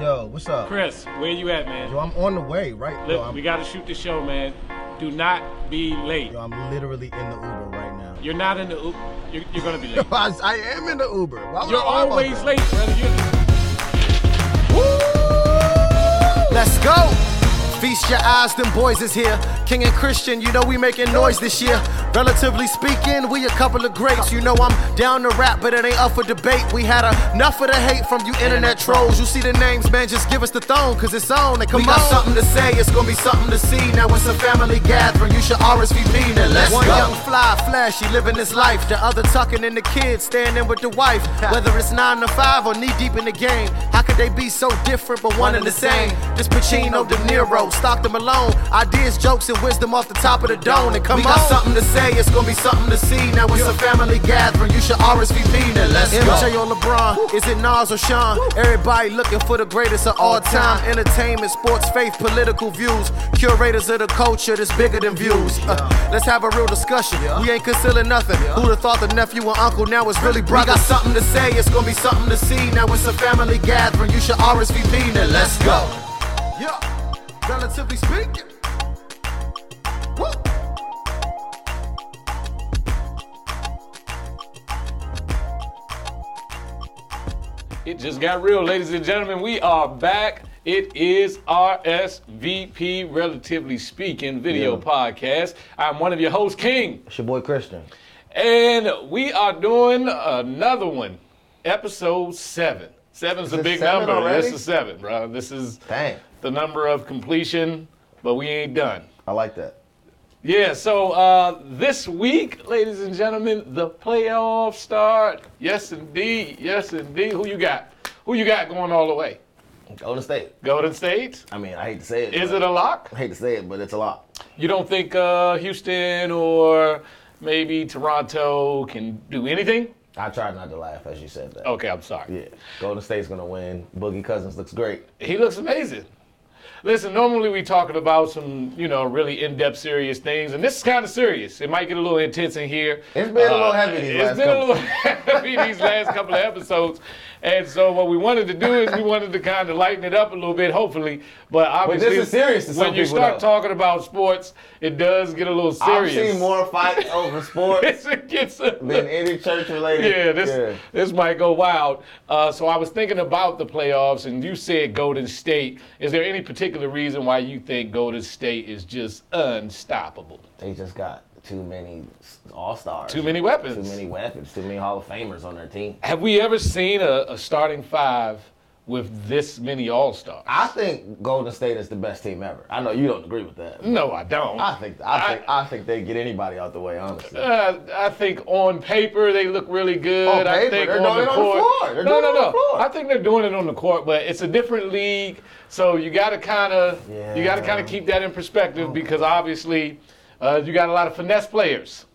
Yo, what's up? Chris, where you at, man? Yo, I'm on the way, right? Look, yo, I'm, we gotta shoot the show, man. Do not be late. yo, I'm literally in the Uber right now. You're not in the. Oop. You're, you're gonna be late. I, I am in the Uber. Why would You're I lie about always that? late, brother. You're, Let's go. Feast your eyes, them boys is here. King and Christian, you know we making noise this year. Relatively speaking, we a couple of greats. You know I'm down to rap, but it ain't up for debate. We had enough of the hate from you internet trolls. You see the names, man, just give us the throne, cause it's on. And come we got on. something to say, it's gonna be something to see. Now it's a family gathering, you should RSVP. Now let's One go. young fly, flashy, living his life. The other tucking in the kids, standing with the wife. Whether it's nine to five or knee deep in the game, how could they be so different but one and the same? This Pacino, De Niro, Stockton Malone, ideas, jokes, and wisdom off the top of the dome. And come we got on. something to say, it's gonna be something to see. Now it's a family gathering, you should RSVP. Now let's MJ or LeBron, is it Nas or Sean? Everybody looking for the greatest of all time. Entertainment, sports, faith, political views. Curators of the culture that's bigger than views. Uh, let's have a real discussion. We ain't concealing nothing. Who'd have thought the nephew and uncle now is really brother? We got something to say, it's gonna be something to see. Now it's a family gathering, you should RSVP. Now let's go. Yeah, relatively speaking. Woo. it just got real, ladies and gentlemen. We are back. It is RSVP, relatively speaking, video podcast. I'm one of your hosts, King, It's your boy Christian. and we are doing another one, episode seven. Seven's a it big seven number. already? This is seven, bro. This is Dang. the number of completion, but we ain't done. I like that. Yeah, so uh, this week, ladies and gentlemen, the playoffs start. Yes, indeed. Yes, indeed. Who you got? Who you got going all the way? Golden State. Golden State? I mean, I hate to say it. Is but- it a lock? I hate to say it, but it's a lot. You don't think uh, Houston or maybe Toronto can do anything? I tried not to laugh as you said that. Okay, I'm sorry. Yeah, Golden State's gonna win. Boogie Cousins looks great. He looks amazing. Listen, normally we talking about some, you know, really in-depth, serious things, and this is kind of serious. It might get a little intense in here. It's been a little heavy these Uh, It's last been couple. a little heavy these last couple of episodes, and so what we wanted to do is we wanted to kind of lighten it up a little bit, hopefully. But obviously, is serious to when some you people, start though. talking about sports, it does get a little serious. I've seen more fights over sports it gets a- than any church related. yeah, this this might go wild. Uh, so I was thinking about the playoffs, and you said Golden State. Is there any particular reason why you think Golden State is just unstoppable? They just got too many all stars. Too many weapons. Too many weapons. Too many Hall of Famers on their team. Have we ever seen a, a starting five with this many All Stars? I think Golden State is the best team ever. I know you don't agree with that. No, Mm. I don't. I think I think I, think they get anybody out the way. Honestly, Uh, I think on paper they look really good. On I paper? think They're doing it on the floor. They're no, doing no, it on no. the floor. I think they're doing it on the court, but it's a different league, so you got to kind of you got to kind Yeah. Mm. of keep that in perspective because obviously uh, you got a lot of finesse players.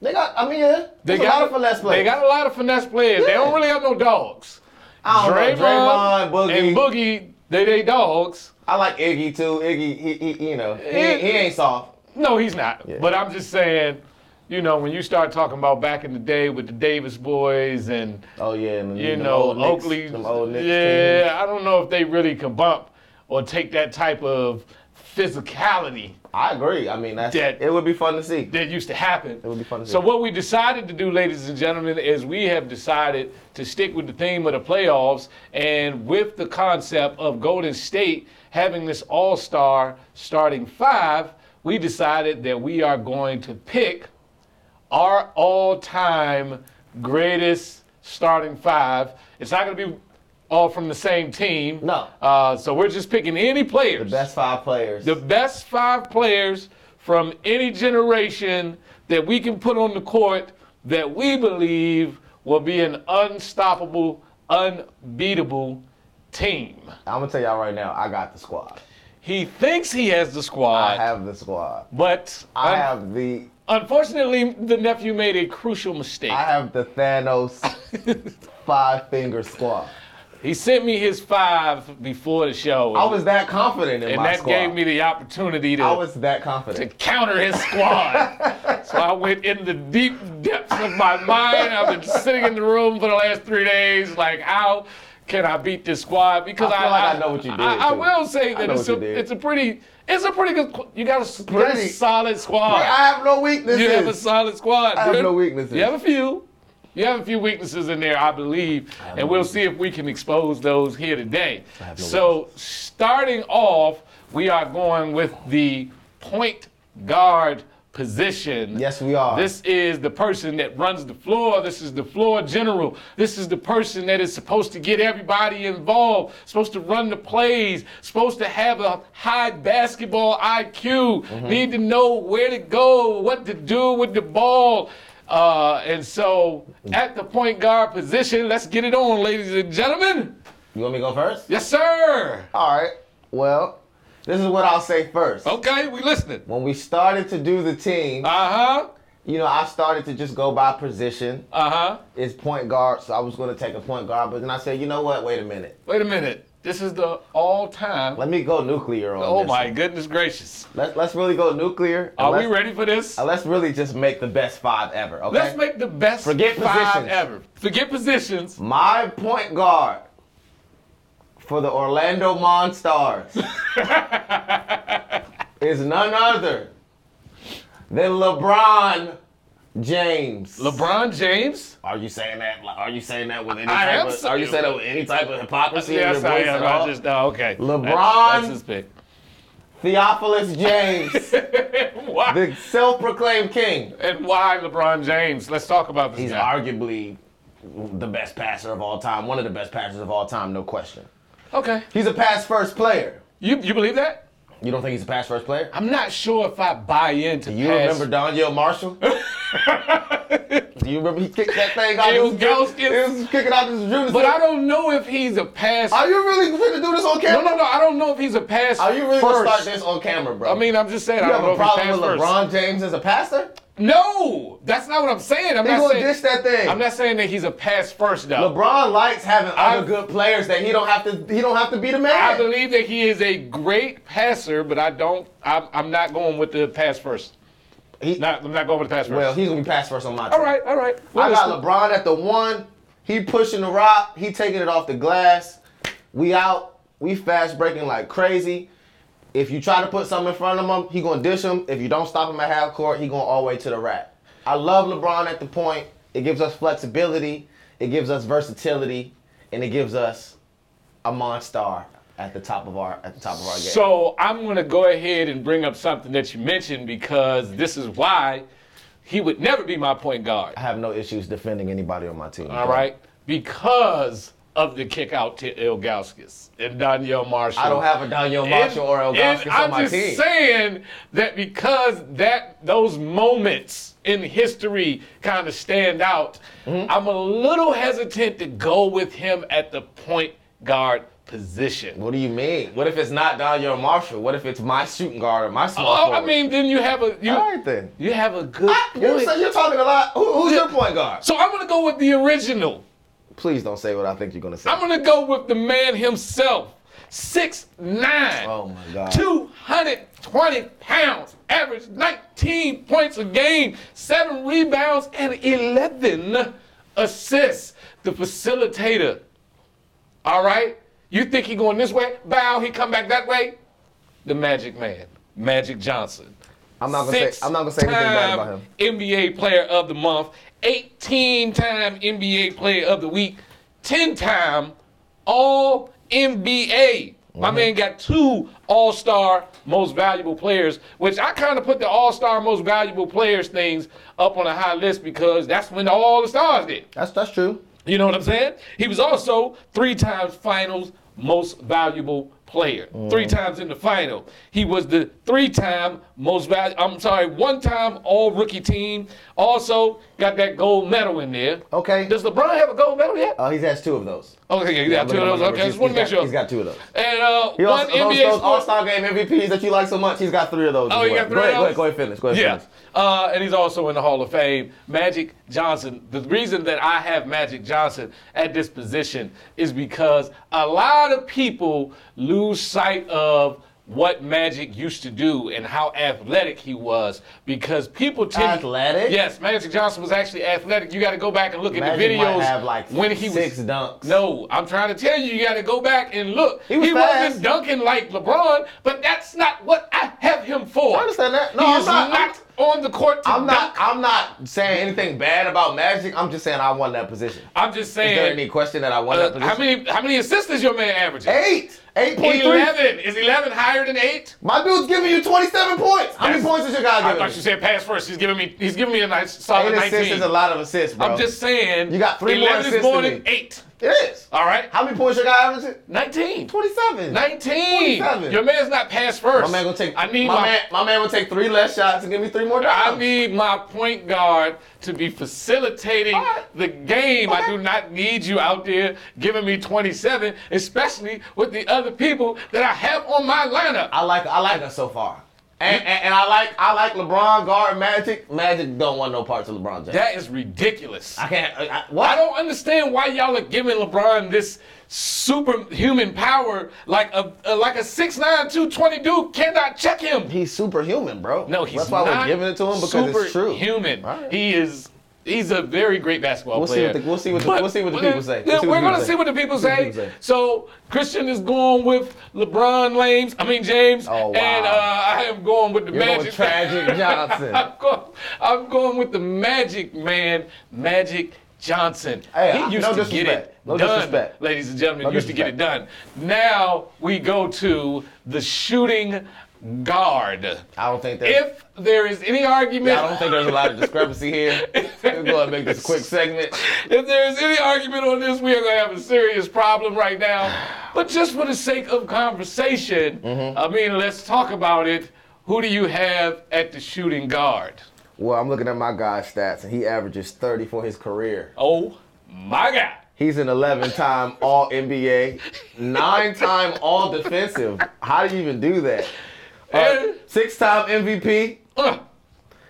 they got. I mean, yeah, They there's a lot of finesse players. They got a lot of finesse players. They don't Yeah. really have no dogs. I don't know, Draymond, Boogie. and Boogie, they they dogs. I like Iggy too. Iggy, he, he, you know, he, he Yeah. ain't soft. No, he's not. But I'm just saying, you know, when you start talking about back in the day with the Davis boys and Oh yeah, and you them know, old Knicks- Oakley. them old Knicks yeah, teams. I don't know if they really can bump or take that type of physicality I agree. I mean, that's That- it would be fun to see. that used to happen. It would be fun to so see. what we decided to do, ladies and gentlemen, is we have decided to stick with the theme of the playoffs and with the concept of Golden State having this all-star starting five, we decided that we are going to pick our all-time greatest starting five. It's not going to be all from the same team. No. Uh, so we're just picking any players. The best five players. The best five players from any generation that we can put on the court that we believe will be an unstoppable, unbeatable team. I'm gonna tell y'all right now. I got the squad. He thinks he has the I squad, have the squad. but I un- have the unfortunately, the nephew made a crucial mistake. I have the Thanos five finger squad. he sent me his five before the show, I was that confident in and my that squad. gave me the opportunity to I was that to confident. counter his squad. so I went in the deep depths of my mind. I've been sitting in the room for the last three days, like, how can I beat this squad? Because I I feel like I know what you did, I, I too. will say I that know it's what a you did. it's a pretty it's a pretty good. qu- You got a s- pretty, Pretty. solid squad. I have no weaknesses. you have a solid squad. I have dude. no weaknesses. You have a few. You have a few weaknesses in there, I believe, and we'll see if we can expose those here today. no so, starting off, we are going with the point guard position. Yes, we are. This is the person that runs the floor. This is the floor general. This is the person that is supposed to get everybody involved, supposed to run the plays, supposed to have a high basketball IQ, Mm-hmm. need to know where to go, what to do with the ball. Uh, and so Mm. at the point guard position, let's get it on, ladies and gentlemen. you want me to go first? Yes, sir. All right. Well, this is what I'll say first. Okay, we listening. When we started to do the team, Uh huh. you know, I started to just go by position. Uh huh. It's point guard, so I was going to take a point guard, but then I said, you know what? Wait a minute. Wait a minute. This is the all time. Let me go nuclear on Oh, this. my goodness gracious. Let's let's really go nuclear. and Are we let's, ready for this? and Let's really just make the best five ever. Okay. Let's make the best Forget five positions. Mm. ever. Forget positions. my point guard for the Orlando Monstars is none other than LeBron James. LeBron James. Are you saying that? Are you saying that with any I type am of? saying- Are you saying that with any type of hypocrisy in Yes, your I voice am. at I all? just oh, okay. LeBron. That's, that's his pick. Theophilus James, Why? the self-proclaimed king. and why LeBron James? Let's talk about this He's guy. arguably the best passer of all time. One of the best passers of all time, no question. okay. He's a pass-first player. You you believe that? You don't think he's a pass-first player? I'm not sure if I buy into You pass. remember Danielle Marshall? Do you remember he kicked that thing out? It was his- Gauskas. It was kicking out his Judas. but I don't know if he's a pass. Are you really going to do this on no, camera? no, no. I don't know if he's a pass. Are you really going first. to start this on camera, bro? I mean, I'm just saying. you I have don't know a if he's problem pass with first. LeBron James as a pastor? No, that's not what I'm saying. I'm He not gonna saying. dish that thing. I'm not saying that he's a pass first though. LeBron likes having I- other good players that he don't have to. He don't have to be the I man. believe that he is a great passer, but I don't. I'm, I'm not going with the pass first. He- Not, I'm not going with the pass first. well, he's gonna be pass first on my team. all right, all right. We'll I listen. got LeBron at the one. He pushing the rock. He taking it off the glass. We out. We fast breaking like crazy. If you try to put something in front of him, he gonna dish him. If you don't stop him at half court, he going all the way to the rack. I love LeBron at the point. It gives us flexibility. It gives us versatility, and it gives us a monster at the top of our at the top of our game. So I'm going to go ahead and bring up something that you mentioned because this is why he would never be my point guard. I have no issues defending anybody on my team. All right, because of the kick out to Ilgauskas and Danielle Marshall. I don't have a Daniel Marshall or El and Goscas on I'm my just team. saying that because that those moments in history kind of stand out, Mm-hmm. I'm a little hesitant to go with him at the point guard position. What do you mean? What if it's not Daniel Marshall? What if it's my shooting guard or my small Oh, I forward? mean, then you have a you, all right then. you have a good You're, point. so you're talking a lot. Who, who's your point guard? So I'm gonna go with the original. Please don't say what I think you're gonna say. I'm gonna go with the man himself. Six nine. Oh, my God. 220 pounds. Average 19 points a game, seven rebounds, and 11 assists. The facilitator. All right? You think he going this way? Bow, he come back that way? The magic man. Magic Johnson. I'm not gonna say. I'm not gonna say anything bad about him. Six-time NBA Player of the Month, 18-time NBA Player of the Week, 10-time All NBA. Mm-hmm. My man got two All Star Most Valuable Players, which I kind of put the All Star Most Valuable Players things up on a high list because that's when all the stars did. That's that's true. You know what I'm saying? He was also three times finals most valuable player. Mm. Three times in the final. He was the three time most valuable, I'm sorry, one time all rookie team. Also got that gold medal in there. Okay. Does LeBron have a gold medal yet? Uh, he's has two of those. okay, you got Look two at my of those. numbers. Okay, I He's- just want to make he's got- sure. He's got two of those. And uh, He one also, those, NBA those sport- All-Star Game MVPs that you like so much, he's got three of those. Oh, as he well. got three go ahead, of Go those? ahead, go ahead, finish. Go ahead, Yeah. finish. Uh, and he's also in the Hall of Fame. Magic Johnson. The reason that I have Magic Johnson at this position is because a lot of people lose sight of what Magic used to do and how athletic he was because people tend Athletic? Yes, Magic Johnson was actually athletic. You got to go back and look at the Magic videos might have, like, when he six was dunks. No, I'm trying to tell you, you got to go back and look. He was not fast. dunking like LeBron, but that's not what I have him for. I understand that. No, he I'm is not- I'm- on the court to I'm dunk. not. I'm not saying anything bad about Magic. I'm just saying I won that position. I'm just Is there saying. any question that I won that uh, position? how many how many assists is your man averaging? Eight. Eight point three. Eleven is eleven higher than eight? My dude's giving you 27 points. How many That's- points is your guy I giving? thought you you? said pass first. He's giving me he's giving me a nice solid Eight assists nineteen. is a lot of assists, bro. I'm just saying. You got three more eleven is assists more than than me. eight. It is. All right, How many points your guy averaging? nineteen. 27. 19. 27. Your man's not pass first. My man gonna take. I need my, my, man. My man will take three less shots and give me three more I dimes. need my point guard to be facilitating All right. the game. I Okay. do not need you out there giving me 27, especially with the other people that I have on my lineup. I like. I like us so far. And, and, and I like. I like LeBron guard Magic. Magic don't want no parts of LeBron James. that is ridiculous. I can't. I, I, what? I don't understand why y'all are giving LeBron this superhuman power like a, a like a 6'9", 220 dude cannot check him. He's superhuman, bro. No, he's That's why not we're giving it to him because it's true. Human. All right. He is. He's a very great basketball We'll see player. what the- we'll see what the- But- we'll see what the people say. We'll yeah, see we're what the people gonna say. see what the people what the say. people say. So Christian is going with LeBron Lames. I mean James. Oh, wow. And uh, I am going with the You're going Magic. with Tragic Johnson. I'm, going, I'm going with the Magic man, Magic Johnson. Hey, I- he used no to get disrespect. it No done, disrespect. ladies and gentlemen. No used to get it done. Now we go to the shooting guard. I don't think that. If there is any argument, I don't think there's a lot of discrepancy here. Let's go ahead and make this a quick segment. if there is any argument on this, we are going to have a serious problem right now. But just for the sake of conversation, Mm-hmm. I mean, let's talk about it. Who do you have at the shooting guard? Well, I'm looking at my guy's stats, and he averages 30 for his career. Oh my God! He's an 11-time All NBA, nine-time All Defensive. How do you even do that? Uh, six-time MVP. Eh? Uh,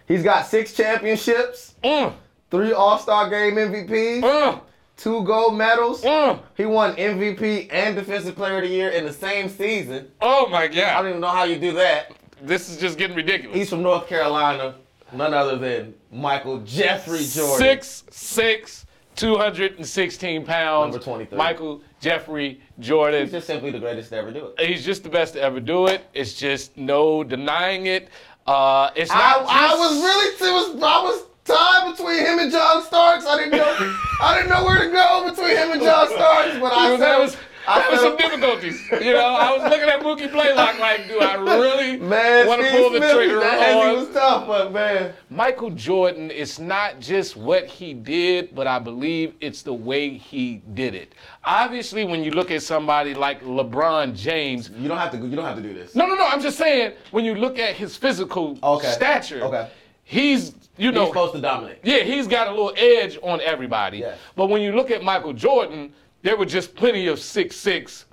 He's got six championships, uh, three All-Star Game MVPs, uh, two gold medals. uh. He won MVP and Defensive Player of the Year in the same season. Oh my I God! don't even know how you do that. This is just getting ridiculous. He's from North Carolina, none other than Michael Jeffrey Jordan. Six six, two hundred and sixteen pounds. Number 23. Michael Jeffrey Jordan. He's just simply the greatest to ever do it. he's just the best to ever do it. It's just no denying it. Uh, it's I, not. I just- was really, it was, I was tied between him and John Starks. I didn't know, I didn't know where to go between him and John Starks, but I You know, that was said, that I was some said, difficulties. You know, I was looking at Mookie Blaylock like, do I really man, want to Steve pull the Smith, trigger that on? Hezzy was tough, but man, Michael Jordan, it's not just what he did, but I believe it's the way he did it. Obviously, when you look at somebody like LeBron James, you don't have to, you don't have to do this. No, no, no. I'm just saying when you look at his physical Okay. stature, Okay. he's you He's know supposed to dominate. yeah he's got a little edge on everybody. Yes. But when you look at Michael Jordan, there were just plenty of 6'6",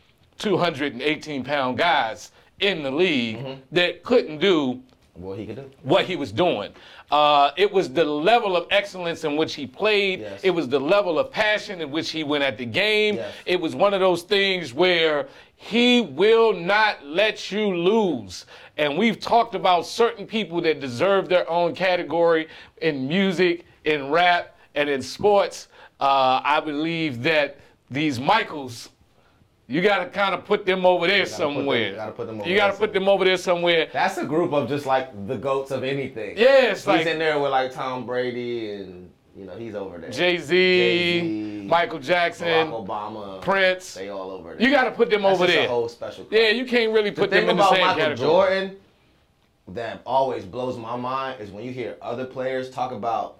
218 pound guys in the league that couldn't do Well, he can do. what he was doing. Uh, it was the level of excellence in which he played. Yes. It was the level of passion in which he went at the game. Yes. It was one of those things where he will not let you lose. And we've talked about certain people that deserve their own category in music, in rap, and in sports. Uh, I believe that these Michaels. You gotta kind of put them over there put them- somewhere. gotta put them over you there gotta put them over there somewhere. That's a group of just like the goats of anything. Yeah, it's he's like- in there with like Tom Brady and you know he's over there. Jay Z, Jay-Z, Michael Jackson, Barack Obama, Prince. they all over there. You got to put them That's over just there. A whole special. Club. yeah, you can't really put the them thing in the about same Michael category. Jordan that always blows my mind is when you hear other players talk about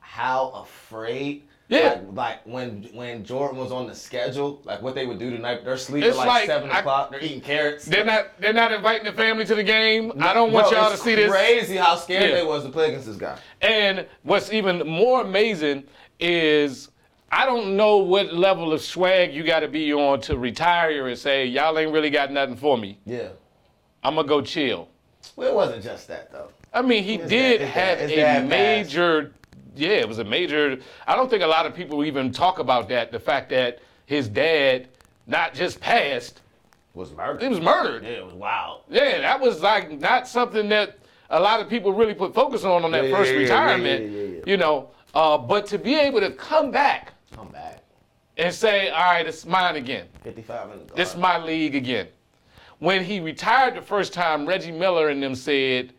how afraid. Yeah. Like, like when when Jordan was on the schedule, like what they would do tonight. They're sleeping It's like, like, seven I- o'clock. They're eating carrots. They're not. They're not inviting the family to the game. I don't want Bro, y'all to it's see this. Crazy how scared Yeah. they was to play against this guy. And what's even more amazing is I don't know what level of swag you got to be on to retire and say y'all ain't really got nothing for me. Yeah. I'm gonna go chill. Well, it wasn't just that though. I mean, he His did dad- his have dad- his a dad passed. major. Yeah, it was a major. I don't think a lot of people even talk about that. The fact that his dad not just passed, was murdered. He was murdered. Yeah, it was wild. Yeah, that was like not something that a lot of people really put focus on on that Yeah, yeah, first yeah, yeah, retirement. yeah, yeah, yeah. You know, uh, but to be able to come back I'm back. and say, "All right, it's mine again. 55 minutes. This is my league again." When he retired the first time, Reggie Miller and them said,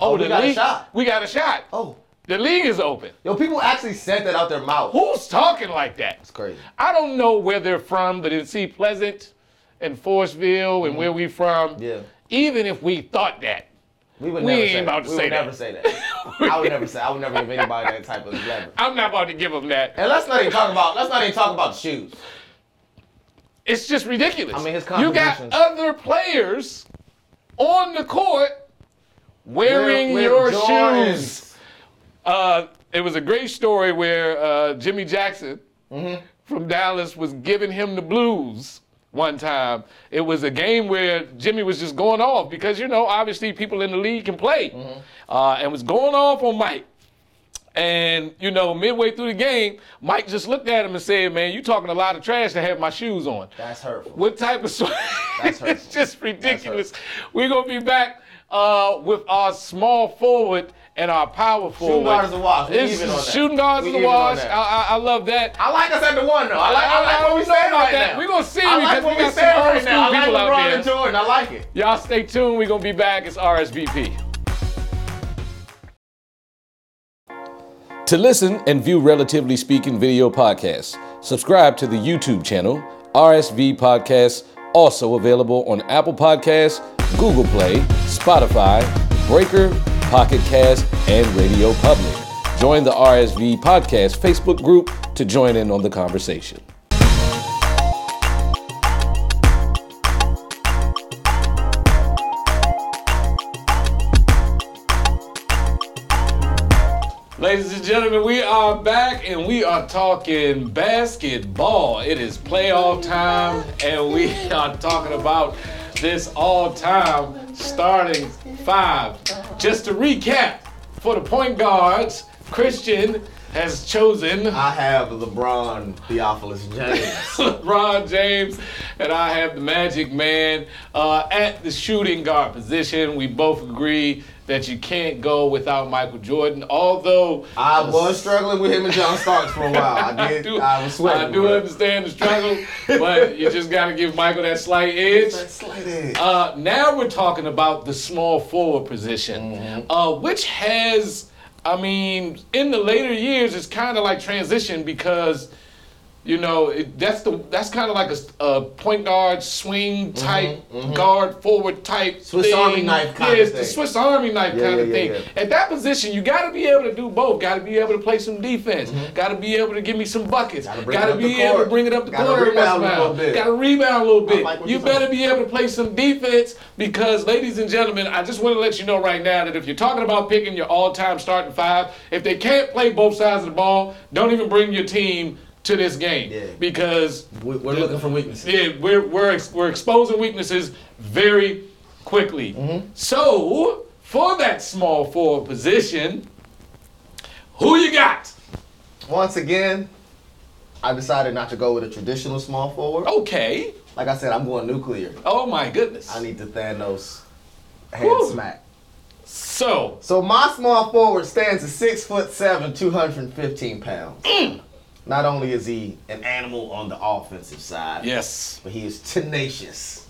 "Oh, we the got a league, shot." we got a shot. Oh. The league is open." Yo, people actually said that out their mouth. Who's talking like that? It's crazy. I don't know where they're from, but in see Pleasant and Forestville and where we from, Mm-hmm. Yeah. even if we thought that, We would We never ain't say about that. to we say would that. never say that. I would never say. I would never give anybody that type of level. I'm not about to give them that. And let's not even talk about. Let's not even talk about shoes. It's just ridiculous. I mean, his you got contributions- other players on the court wearing Wear- your wear Jordans. shoes. uh, it was a great story where uh, Jimmy Jackson Mm-hmm. from Dallas was giving him the blues one time. It was a game where Jimmy was just going off because, you know, obviously people in the league can play Mm-hmm. uh, and was going off on Mike. And, you know, midway through the game, Mike just looked at him and said, Man, you talking a lot of trash to have my shoes on. That's hurtful. What type of story? That's hurtful. it's just ridiculous. We're gonna be back uh, with our small forward and our power forward. guards are washed. We It's- even on that. Shooting guards We is a even on wash. I, that. I, I love that. I like us at the one though. I like. I like what we saying right now. We're gonna see I like because what we we got some saying old right school now. I people out like LeBron there. and Jordan. I like it. Y'all stay tuned. We're gonna be back. It's RSVP. To listen and view Relatively Speaking video podcasts, subscribe to the YouTube channel, RSV Podcasts, also available on Apple Podcasts, Google Play, Spotify, Breaker, Pocket Cast, and Radio Public. Join the RSV Podcast Facebook group to join in on the conversation. Ladies and gentlemen, we are back and we are talking basketball. It is playoff time and we are talking about this all time starting five. Just to recap, for the point guards, Christian has chosen I have LeBron Theophilus James. LeBron James, and I have the Magic Man uh, at the shooting guard position. We both agree that you can't go without Michael Jordan, although. I was struggling with him and John Starks for a while. I did. I, was sweating. I do understand the struggle, but you just got to give Michael that slight edge. Slighted. Uh, now we're talking about the small forward position, Mm-hmm. uh, which has, I mean, in the later years, it's kind of like transition because, you know, it, that's the that's kind of like a s- a, point guard swing type guard forward type Mm-hmm, Swiss thing. Army knife yeah, kinda it's the thing. Swiss Army knife Yeah, kind of yeah, thing. yeah, At that position, you got to be able to do both. Got to be able to play some defense. Got to be able to give me some buckets. Mm-hmm. Gotta bring it Got to up the be able to court. bring it up the Gotta court every once rebound in a a little while. bit. Got to rebound a little bit. like what you you're saying. better be able to play some defense because, ladies and gentlemen, I just want to let you know right now that if you're talking about picking your all-time starting five, if they can't play both sides of the ball, don't even bring your team to this game Yeah. because We- we're looking for weaknesses. Yeah, we're we're ex- we're exposing weaknesses very quickly. Mm-hmm. So for that small forward position, who you got? Once again, I decided not to go with a traditional small forward. Okay. Like I said, I'm going nuclear. Oh my goodness. I need the Thanos hand Woo. smack. so So my small forward stands at six foot seven, 215 pounds. Not only is he an animal on the offensive side, yes, but he is tenacious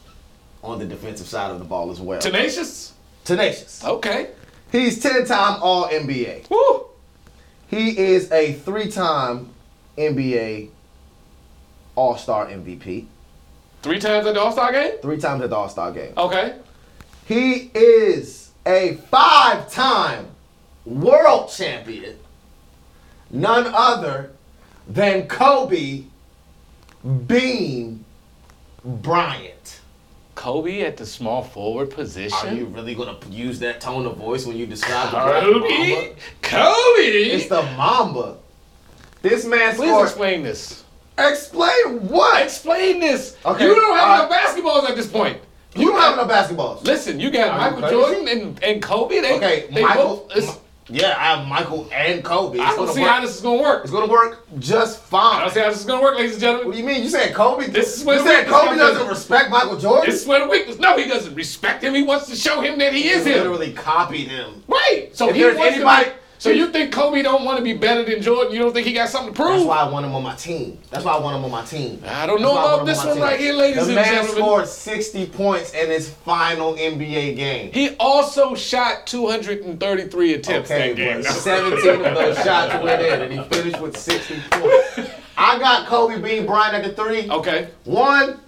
on the defensive side of the ball as well. tenacious. tenacious. Okay. He's 10 time All NBA. Woo. He is a three time NBA All Star MVP, Three times at the All Star game. three times at the All Star game. Okay. He is a five time world champion, none other than Kobe Beam Bryant. Kobe at the small forward position. Are you really gonna use that tone of voice when you describe the Black Mamba? Kobe. Kobe. It's the Mamba. This man Please scored. explain this. Explain what? Explain this. Okay, uh, You don't have all enough basketballs at this point. You don't have no basketballs. Listen, you got Are you Michael crazy? Jordan and, and Kobe. They, Okay, they Michael. both. it's- Yeah, I have Michael and Kobe. It's I don't gonna see work. how this is gonna work. It's gonna work just fine. I don't see how this is gonna work, ladies and What do gentlemen. you mean? You saying Kobe? This is you where the saying weakness Kobe comes doesn't in. respect Michael Jordan? This is where the weakness. No, he doesn't respect him. He wants to show him that he He is him. literally copied him. Right. So If he there's wants anybody- to. Make, so you think Kobe don't want to be better than Jordan? You don't think he got something to That's prove? why I want him on my team. That's why I want him on my team. I don't That's know why I about want him this on my one team. right here, ladies the and The gentlemen. man scored 60 points in his final NBA game. He also shot 233 attempts okay, that game. but 17 of those shots went in, and he finished with 60 points. I got Kobe being Bryant at the three. Okay. One,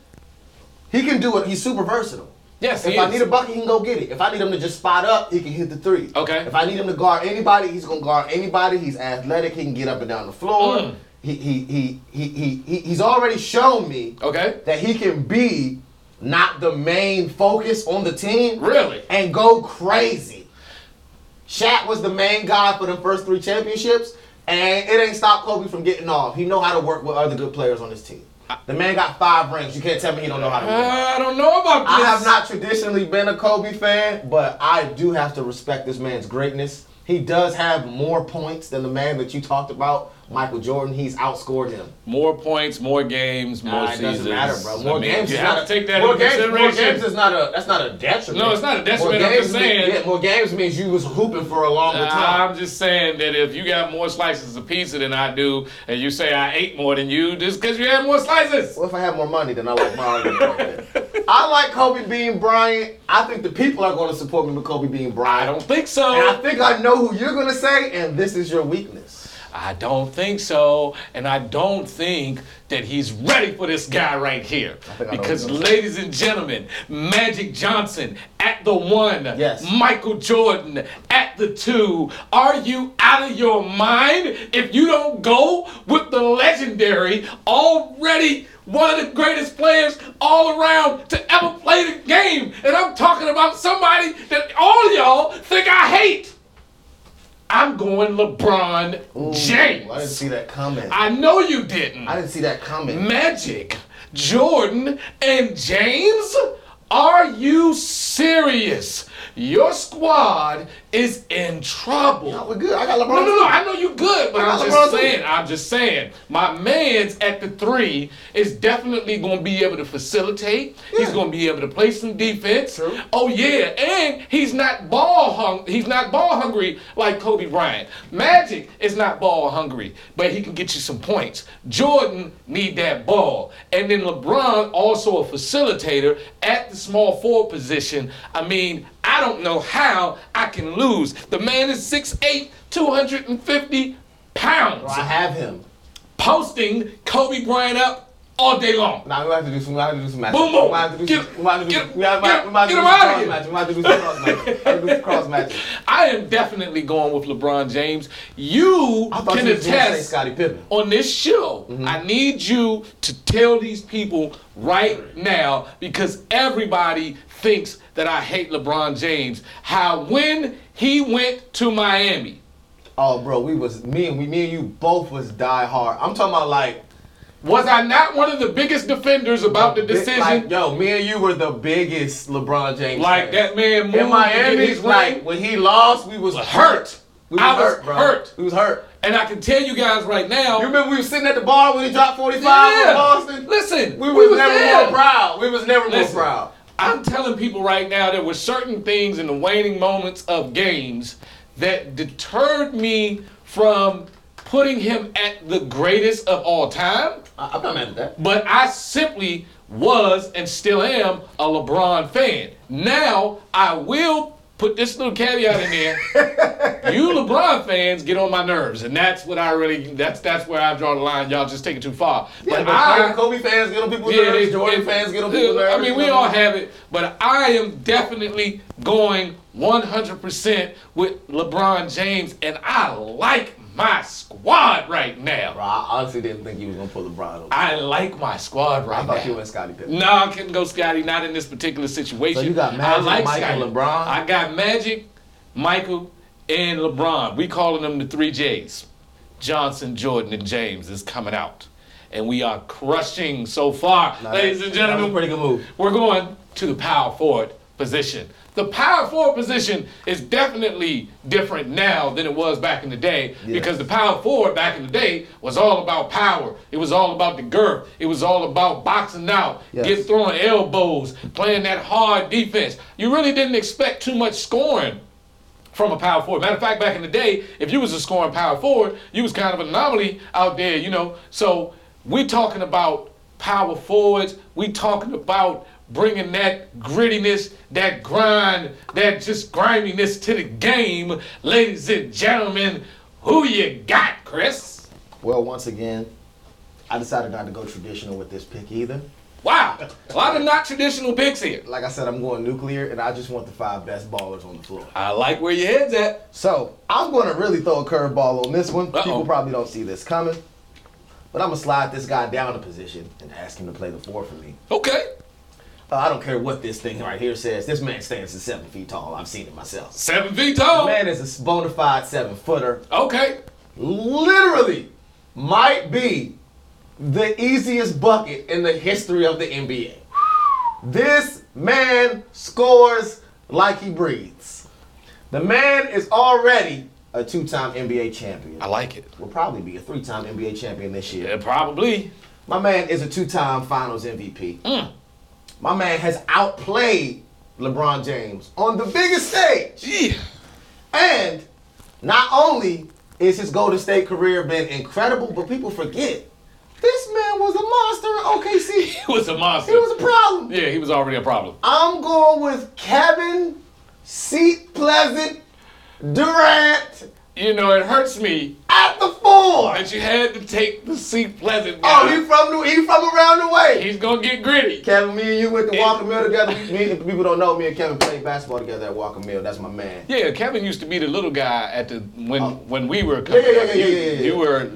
he can do it. He's super versatile. Yes, If he I is. need a bucket, he can go get it. If I need him to just spot up, he can hit the three. Okay. If I need him to guard anybody, he's gonna guard anybody. He's athletic. He can get up and down the floor. Mm. He, he, he, he, he, he, he's already shown me Okay. that he can be not the main focus on the team Really? and go crazy. Shaq was the main guy for the first three championships, and it ain't stopped Kobe from getting off. He know how to work with other good players on his team. The man got five rings. You can't tell me he don't know how to win. Uh, I don't know about I this. have not traditionally been a Kobe fan, but I do have to respect this man's greatness. He does have more points than the man that you talked about, Michael Jordan. He's outscored him. More points, more games, more Nah, it seasons. doesn't matter, bro. More I mean, games You is have not to take that more into games, consideration. More games is not a that's not a detriment. No, it's not a detriment, More I'm just games mean- saying- yeah, more games means you was hooping for a longer time. I'm just saying that if you got more slices of pizza than I do, and you say I ate more than you, just because you had more slices. Well, if I had more money, then I like my argument. right there. I like Kobe being Bryant. I think the people are going to support me with Kobe being Bryant. I don't think so. And I think I know who you're going to say, and this is your weakness. I don't think so, and I don't think that he's ready for this guy right here. think I know Because, who knows. ladies and gentlemen, Magic Johnson at the one, Yes. Michael Jordan at the two. Are you out of your mind if you don't go with the legendary, already one of the greatest players all around to ever play the game? And I'm talking about somebody that all y'all think I hate. I'm going LeBron Ooh, I didn't James. see that comment. I Mm. know you didn't. I didn't see that coming. Magic, Jordan, and James? Are you serious? Your squad is in trouble. We're good. I got LeBron. No, no, no. I know you good, but I got I'm LeBron just too. saying. I'm just saying. My man's at the three is definitely going to be able to facilitate. He's Yeah. going to be able to play some defense. True. Oh yeah, and he's not ball hung. He's not ball hungry like Kobe Bryant. Magic is not ball hungry, but he can get you some points. Jordan need that ball, and then LeBron also a facilitator at the small forward position. I mean, I don't know how I can lose. The man is 6'8", 250 pounds, I have him. posting Kobe Bryant up all day long. Nah, we might have to do some. We might have to do some matches. Boom, boom. We might have to do Get some. We might have to do him. some. We might- Get him. we might have to Get do him some out of cross here. matches. We might have to do some cross matches. We might have to do some cross matches. I am definitely going with LeBron James. You I thought can you was gonna say attest Scottie Pippen. on this show. Mm-hmm. I need you to tell these people right now because everybody thinks that I hate LeBron James. How when he went to Miami, Oh, bro, we was me and we, me and you both was die hard. I'm talking about like, was I not one of the biggest defenders about the bi- decision? like, yo, me and you were the biggest LeBron James. Like fans. that man moved to in get Miami. his Like ring? when he lost, we was hurt. We was I was hurt, bro. hurt. We was hurt. And I can tell you guys right now. You remember we was sitting at the bar when he dropped 45 Yeah. in Boston? Listen, we we was, was never there. more proud. We was never Listen, more proud. I'm telling people right now there were certain things in the waning moments of games that deterred me from putting him at the greatest of all time. I, I'm not mad at that. But I simply was and still am a LeBron fan. Now I will put this little caveat in there. you LeBron fans get on my nerves, and that's what I really that's that's where I draw the line. Y'all just take it too far. Yeah, but Kobe- Kobe fans get on people's nerves. they- Jordan they- fans get on yeah, people's nerves. I mean, we you know? all have it, but I am definitely going 100% with LeBron James, and I like my squad right Bro, now. I honestly didn't think you was gonna pull LeBron. Over. I, I like my squad right thought you now. went Scottie Pippen. No, I couldn't go Scotty. Not in this particular situation. So you got Magic, Mike, and Scotty. LeBron? I got Magic, Michael, and LeBron. We calling them the three J's. Johnson, Jordan, and James is coming out, and we are crushing so far, Nah, ladies and that was a gentlemen. pretty good move. We're going to the power forward position. The power forward position is definitely different now than it was back in the day because the power forward back in the day was all about power. It was all about the girth. It was all about boxing out, Yes. get throwing elbows, playing that hard defense. You really didn't expect too much scoring from a power forward. Matter of fact, back in the day, if you was a scoring power forward, you was kind of an anomaly out there, you know. So we're talking about power forwards. We talking about bringing that grittiness, that grind, that just griminess to the game, ladies and gentlemen. Who you got, Chris? Well, once again, I decided not to go traditional with this pick either. Wow, a lot of not traditional picks here. Like I said, I'm going nuclear, and I just want the five best ballers on the floor. I like where your head's at. So I'm going to really throw a curveball on this one. People probably don't see this coming, but I'm gonna slide this guy down a position and ask him to play the four for me. Okay, Uh, I don't care what this thing right here says. This man stands at seven feet tall. I've seen it myself. seven feet tall. Man is a bona fide seven footer. Okay, Literally, might be the easiest bucket in the history of the NBA. This man scores like he breathes. The man is already a two-time NBA champion. I like it. will probably be a three-time NBA champion this year. Yeah, probably. My man is a two-time Finals MVP. My man has outplayed LeBron James on the biggest stage, Yeah. and not only is his Golden State career been incredible, but people forget this man was a monster in OKC. He was a monster. He was a problem. Yeah, he was already a problem. I'm going with Kevin Seat Pleasant Durant You know, it hurts me at the four. that you had to take the seat pleasant. Oh, guy. he from New, he from around the way. he's gonna get gritty. Kevin, me and you went to Walker Mill together. Me, and- people don't know, me and Kevin played basketball together at Walker Mill. That's my man. Yeah, Kevin used to be the little guy at the when Oh. when we were coming. yeah, up. yeah, yeah, You- yeah, yeah, You yeah. were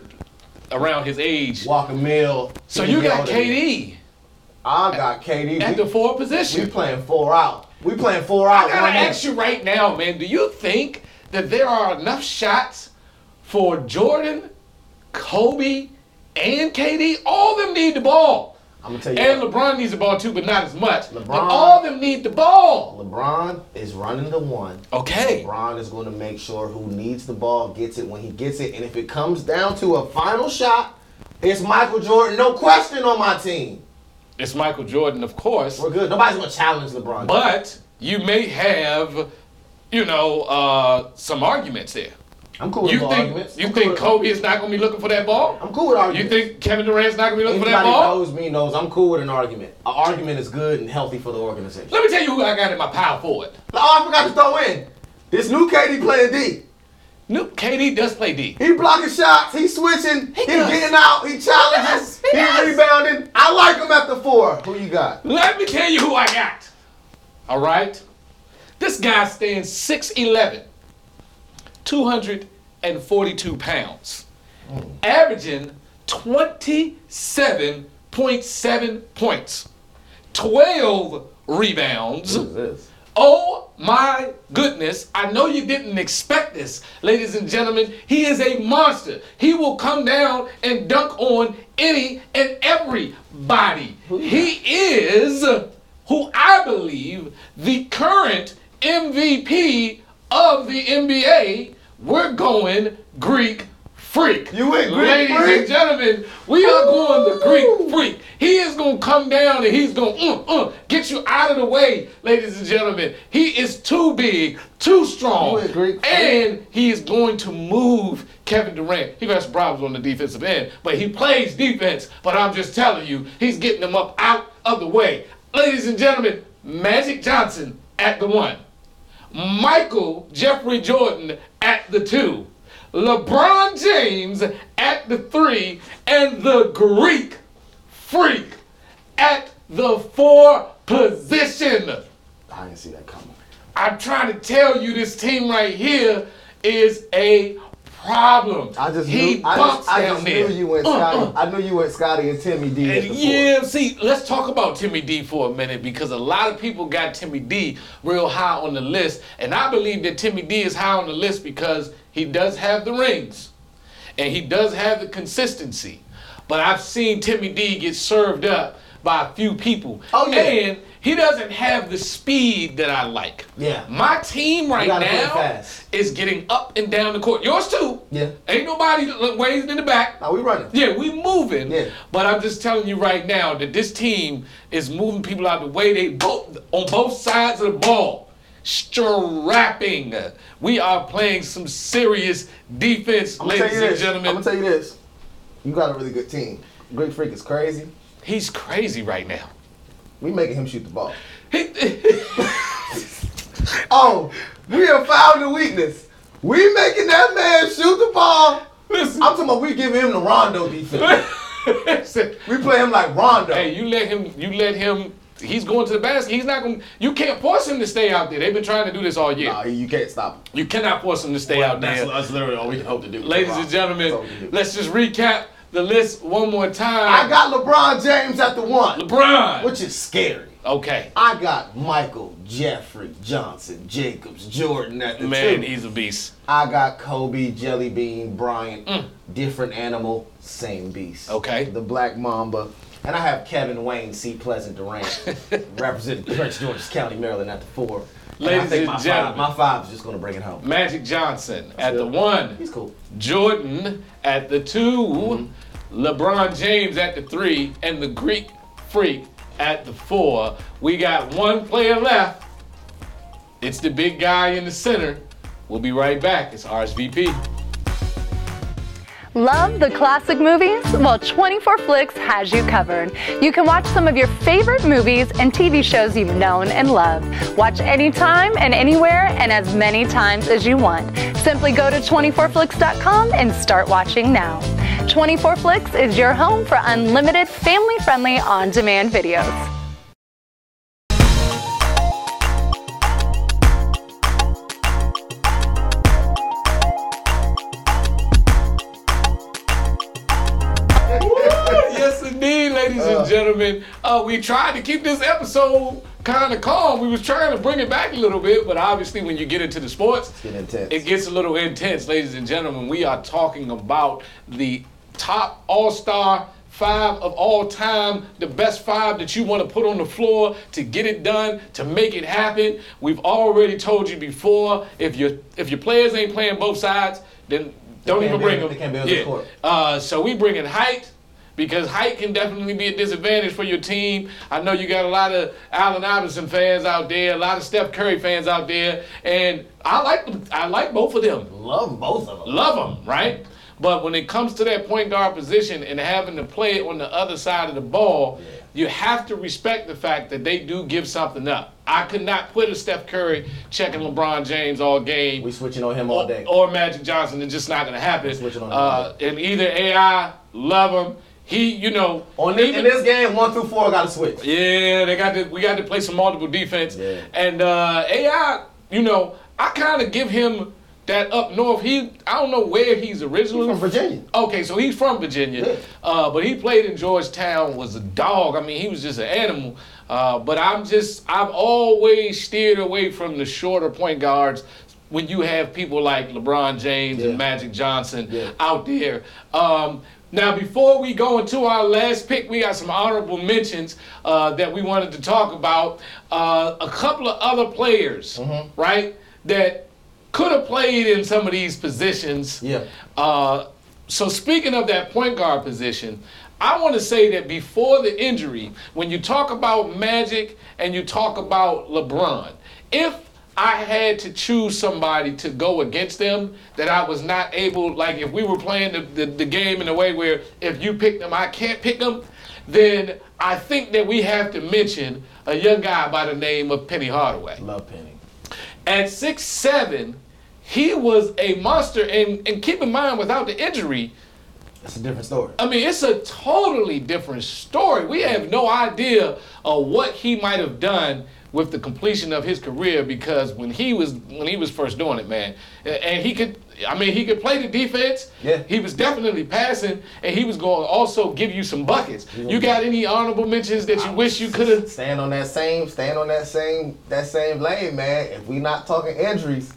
around his age. Walker Mill. So he you was got older than me. KD I got KD. at we, the four we position. playing four out. We playing four out. I gotta one in. ask you right now, man. Do you think that there are enough shots for Jordan, Kobe, and KD? All of them need the ball. I'm gonna tell you. And what, LeBron needs the ball too, but not as much. But LeBron- all of them need the ball. LeBron is running the one. Okay. LeBron is going to make sure who needs the ball gets it when he gets it, and if it comes down to a final shot, it's Michael Jordan, no question on my team. It's Michael Jordan, of course, We're good. Nobody's going to challenge LeBron. but you may have, you know, uh, some arguments there. I'm cool with You all think arguments. you I'm think cool with- Kobe is not going to be looking for that ball? I'm cool with You arguments. think Kevin Durant's not going to be looking for that Anybody ball? knows me knows I'm cool with an argument. An argument is good and healthy for the organization. Let me tell you who I got in my power forward. Oh, I forgot to throw in. This new KD playing D. No, KD does play D. He blocking shots. He switching. He, does. getting out. He challenges. does. He He, does. rebounding. I like him at the four. Who you got? Let me tell you who I got. All right? This guy stands 6'11, 242 pounds, averaging 27.7 points, 12 rebounds. this? Oh my goodness, I know you didn't expect this, ladies and gentlemen. He is a monster. He will come down and dunk on any and everybody. He is who I believe the current MVP of the NBA. We're going Greek freak. You went Greek ladies freak? and gentlemen, we are going the Greek freak. He is gonna come down and he's gonna uh, uh, get you out of the way, ladies and gentlemen. He is too big, too strong, You went Greek freak? and he is going to move Kevin Durant. He got some problems on the defensive end, but he plays defense. But I'm just telling you, he's getting them up out of the way, ladies and gentlemen. Magic Johnson at the one. Michael Jeffrey Jordan at the two, LeBron James at the three, and the Greek freak at the four position. I didn't see that coming. I'm trying to tell you, this team right here is a problem. I just he knew. I bumps just, I down just there. knew you went Uh, Scotty. uh. I knew you went Scotty and Timmy D at the four. Yeah, see, let's talk about Timmy D for a minute because a lot of people got Timmy D real high on the list, and I believe that Timmy D is high on the list because he does have the rings, and he does have the consistency. But I've seen Timmy D get served up by a few people. Oh, yeah. And he doesn't have the speed that I like. Yeah. My team right gotta play now fast. is getting up and down the court. Yours too. Yeah. Ain't nobody waiting in the back. Now we running. Yeah, we moving. Yeah. But I'm just telling you right now that this team is moving people out of the way. They both on both sides of the ball. Strapping. We are playing some serious defense, I'm gonna tell ladies you and this. I'm gentlemen. gonna tell you this. You got a really good team. Greek Freak is crazy. He's crazy right now. We making him shoot the ball. He- Oh, we have found the weakness. We making that man shoot the ball. Listen. I'm talking about we giving him the Rondo defense. Listen, we play him like Rondo. hey, you let him. You let him. He's going to the basket. He's not going. to You can't force him to stay out there. They've been trying to do this all year. Nah, you can't stop him. You cannot force him to stay out there. that's literally all we can hope to do. Ladies and gentlemen, let's just recap the list one more time. I got LeBron James at the one, LeBron. which is scary. okay. I got Michael, Jeffrey, Johnson, Jacobs, Jordan at the Man, two. he's a beast. I got Kobe, Jelly Bean, Bryant, different animal, same beast. Mm. Okay. The Black Mamba. And I have Kevin Wayne, C. Pleasant Durant, representing Prince George's County, Maryland at the four. And I Ladies think and my gentlemen. Five, my five is just going to bring it home. Magic Johnson at the good. one, He's cool. Jordan at the 2 Mm-hmm. LeBron James at the three, and the Greek Freak at the four. We got one player left. It's the big guy in the center. We'll be right back. It's RSVP. Love the classic movies? Well, 24 Flicks has you covered. You can watch some of your favorite movies and TV shows you've known and loved. Watch anytime and anywhere and as many times as you want. Simply go to 24flicks.com and start watching now. 24 Flicks is your home for unlimited family friendly on demand videos. Yes, indeed, ladies and gentlemen. Uh, we tried to keep this episode kind of calm. We was trying to bring it back a little bit, but obviously, when you get into the sports, getting intense. it gets a little intense, ladies and gentlemen. We are talking about the top All Star. Five of all time, the best five that you want to put on the floor to get it done, to make it happen. We've already told you before. If your if your players ain't playing both sides, then don't can't even be- bring they them. can't be on the court. Uh, so we bring in height because height can definitely be a disadvantage for your team. I know you got a lot of Allen Iverson fans out there, a lot of Steph Curry fans out there, and I like them. I like both of them Love both of them. love them, right? But when it comes to that point guard position and having to play it on the other side of the ball, you have to respect the fact that they do give something up. I could not put a Steph Curry checking LeBron James all game. We switching on him all or- day. Or Magic Johnson, it's just not gonna happen. Switching on him all Uh, and either AI, love him. He, you know, On this, even- in this game, one through four got to switch. yeah, they got to. We got to play some multiple defense. Yeah. And uh, AI, you know, I kind of give him that up north. He, I don't know where he's originally From Virginia. Okay, so he's from Virginia, Yeah. uh, but he played in Georgetown. Was a dog. I mean, he was just an animal. Uh, but I'm just, I've always steered away from the shorter point guards. When you have people like LeBron James Yeah. and Magic Johnson Yeah. out there. Um, now, before we go into our last pick, we got some honorable mentions uh, that we wanted to talk about. Uh, a couple of other players, Mm-hmm. right, that could have played in some of these positions. Yeah. Uh, so speaking of that point guard position, I want to say that before the injury, when you talk about Magic and you talk about LeBron, if I had to choose somebody to go against them that I was not able, like if we were playing the, the, the game in a way where if you pick them, I can't pick them, then I think that we have to mention a young guy by the name of Penny Hardaway Love Penny. at six seven, he was a monster. And and keep in mind, without the injury, That's a different story. I mean, it's a totally different story. We have no idea of what he might have done with the completion of his career because when he was when he was first doing it, man, a- and he could. I mean, he could play the defense. Yeah. He was definitely passing, and he was going to also give you some buckets. You got any honorable mentions that you wish you could have? Stand on that same, stand on that same, that same lane, man. If we not talking injuries,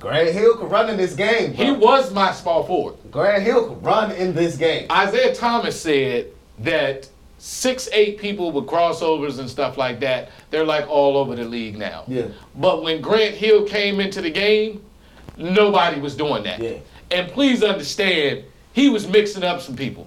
Grant Hill could run in this game. Bro. He was my small forward. Grant Hill could run in this game. Isaiah Thomas said that six, eight people with crossovers and stuff like that, they're like all over the league now. Yeah. But when Grant Hill came into the game, nobody was doing that. Yeah. And please understand, he was mixing up some people.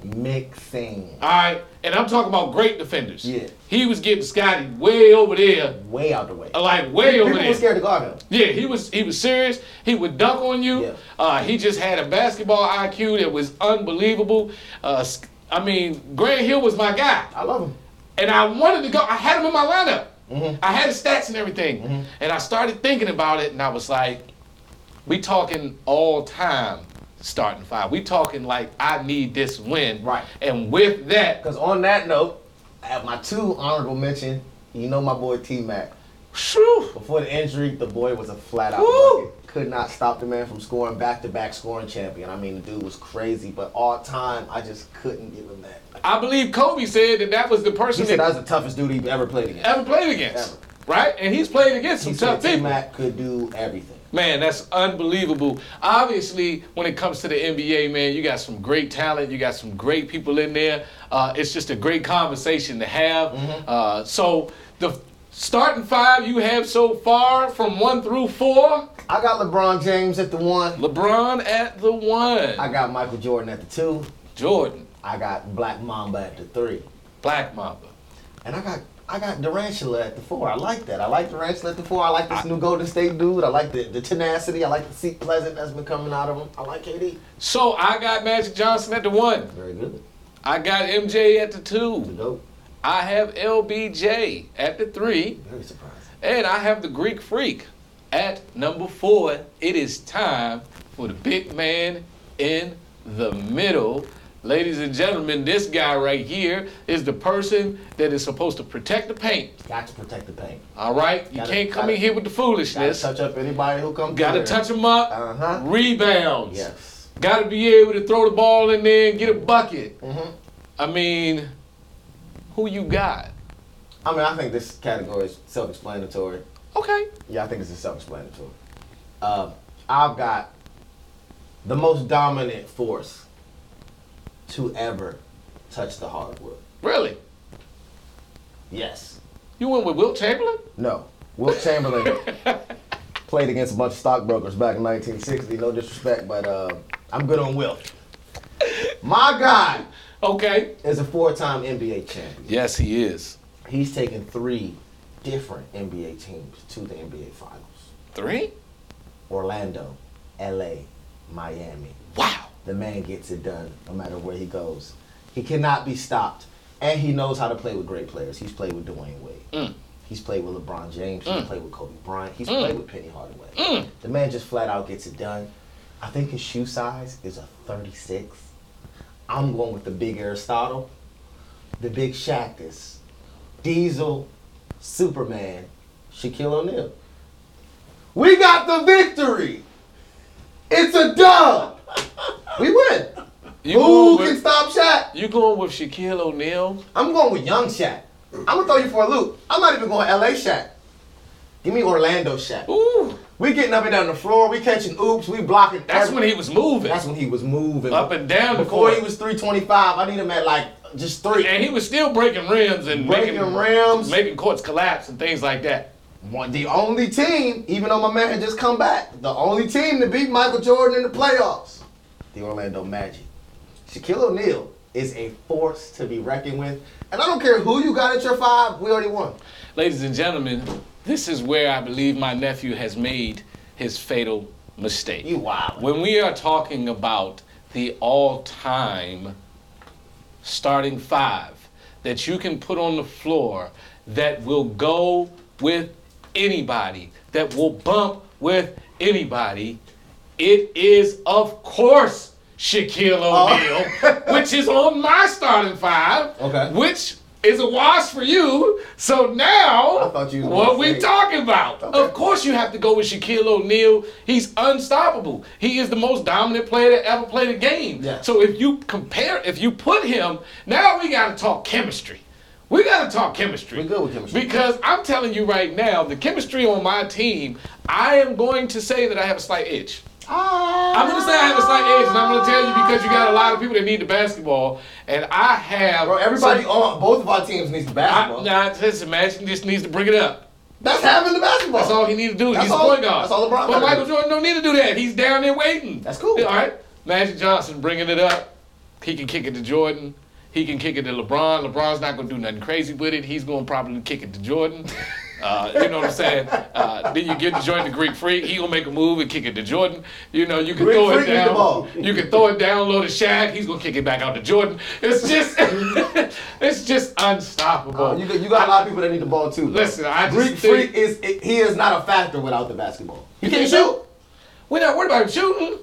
Mixing. All right. And I'm talking about great defenders. Yeah. He was getting Scotty way over there, Way out the way. like way over People there. were scared to guard him. Yeah, he was he was serious. He would dunk on you. Yeah. Uh, he just had a basketball IQ that was unbelievable. Uh, s- I mean, Grant Hill was my guy, I love him. and I wanted to go. I had him in my lineup. Mm-hmm. I had his stats and everything, and I started thinking about it, and I was like, "We talking all time starting five. We talking like I need this win, Right. And with that, Because on that note, I have my two honorable mention. You know my boy T Mac. shoo, Before the injury, the boy was a flat out Woo! bucket. Could not stop the man from scoring back to back scoring champion. I mean, the dude was crazy, but all time, I just couldn't give him that. I believe Kobe said that that was the person He said that that was the toughest dude he ever played against. ever played against, Ever. right? And he's played against some He tough said T people. Mac could do everything. Man, that's unbelievable. Obviously, when it comes to the NBA, man, you got some great talent. You got some great people in there. Uh, it's just a great conversation to have. Uh, so the f- starting five you have so far, from one through four, I got LeBron James at the one. LeBron at the one, I got Michael Jordan at the two. Jordan, I got Black Mamba at the three. Black Mamba. And I got I got Durantula at the four. I like that. I like Durantula at the four. I like this new Golden State dude. I like the, the tenacity. I like the seat pleasant that's been coming out of him. I like KD. So I got Magic Johnson at the one. Very good. I got MJ at the The two. dope. I have LBJ at the three. Very surprising. And I have the Greek Freak at number four. It is time for the big man in the middle. Ladies and gentlemen, this guy right here is the person that is supposed to protect the paint. Got to protect the paint. All right, you Gotta- can't come gotta- in here with the Got to foolishness. touch up anybody who comes. Got to in touch them up. Uh-huh. Rebounds. Yes. Got to be able to throw the ball in there and get a bucket. Mm-hmm. I mean, who you got? I mean, I think this category is self-explanatory. Okay. Yeah, I think this is self-explanatory. Um, I've got the most dominant force to ever touch the hardwood. Really? Yes. You went with Will Chamberlain? No. Wilt Chamberlain played against a bunch of stockbrokers back in 1960. No disrespect, but uh, I'm good on Wilt. My guy Okay. is a four-time NBA champion. Yes, he is. He's taken three different NBA teams to the NBA Finals: Three? Orlando, LA, Miami. Wow. The man gets it done no matter where he goes. He cannot be stopped. And he knows how to play with great players. He's played with Dwayne Wade. He's played with LeBron James. He's played with Kobe Bryant. He's played with Penny Hardaway. The man just flat out gets it done. I think his shoe size is a 36. I'm going with the big Aristotle, the big Shactus, Diesel, Superman, Shaquille O'Neal. We got the victory. It's a dub. We win. You going Who can with, stop Shaq? you going with Shaquille O'Neal? I'm going with young Shaq. I'm gonna throw you for a loop. I'm not even going LA Shaq. Give me Orlando Shaq. Ooh, We getting up and down the floor. We catching oops. We blocking. that's every- when he was moving, That's when he was moving Up and down the Before court. he was 325. I need him at like just three. and he was still breaking rims and Breaking making rims. making courts collapse and things like that. One- the only team, even though my man had just come back, the only team to beat Michael Jordan in the playoffs, the Orlando Magic. Shaquille O'Neal is a force to be reckoned with, and I don't care who you got at your five. We already won. Ladies and gentlemen, this is where I believe my nephew has made his fatal mistake. You wild. When we are talking about the all-time starting five that you can put on the floor that will go with anybody, that will bump with anybody. It is, of course, Shaquille Oh. O'Neal, which is on my starting five, Okay. which is a wash for you. So I now, thought you was what gonna we say- talking about? Of course, you have to go with Shaquille O'Neal. He's unstoppable. He is the most dominant player that ever played a game. Yeah. So if you compare, if you put him, now we got to talk chemistry. We got to talk chemistry. We good with chemistry. Because I'm telling you right now, the chemistry on my team, I am going to say that I have a slight itch. Ah. I'm gonna say I have a slight edge, and I'm gonna tell you because you got a lot of people that need the basketball, and I have. Bro, everybody on both of our teams needs the I, basketball. now, just imagine just needs to bring it up. That's having the basketball. That's all he needs to do. That's He's a all- point guard. that's all LeBron But gotta Michael do. Jordan don't need to do that. He's down there waiting. That's cool. All right. Magic Johnson bringing it up. He can kick it to Jordan. He can kick it to LeBron. LeBron's not gonna do nothing crazy with it. He's gonna probably kick it to Jordan. Uh, you know what I'm saying? Uh, then you get to Jordan the Greek Freak. He gonna make a move and kick it to Jordan. You know you can Greek throw Freak it need the down. ball. You can throw it down low to Shaq. He's gonna kick it back out to Jordan. It's just, it's just unstoppable. Uh, you, got- you got a lot of people that need the ball too. bro. Listen, I just Greek think- Freak is he is not a factor without the basketball. He can can't shoot. We're not worried about him shooting.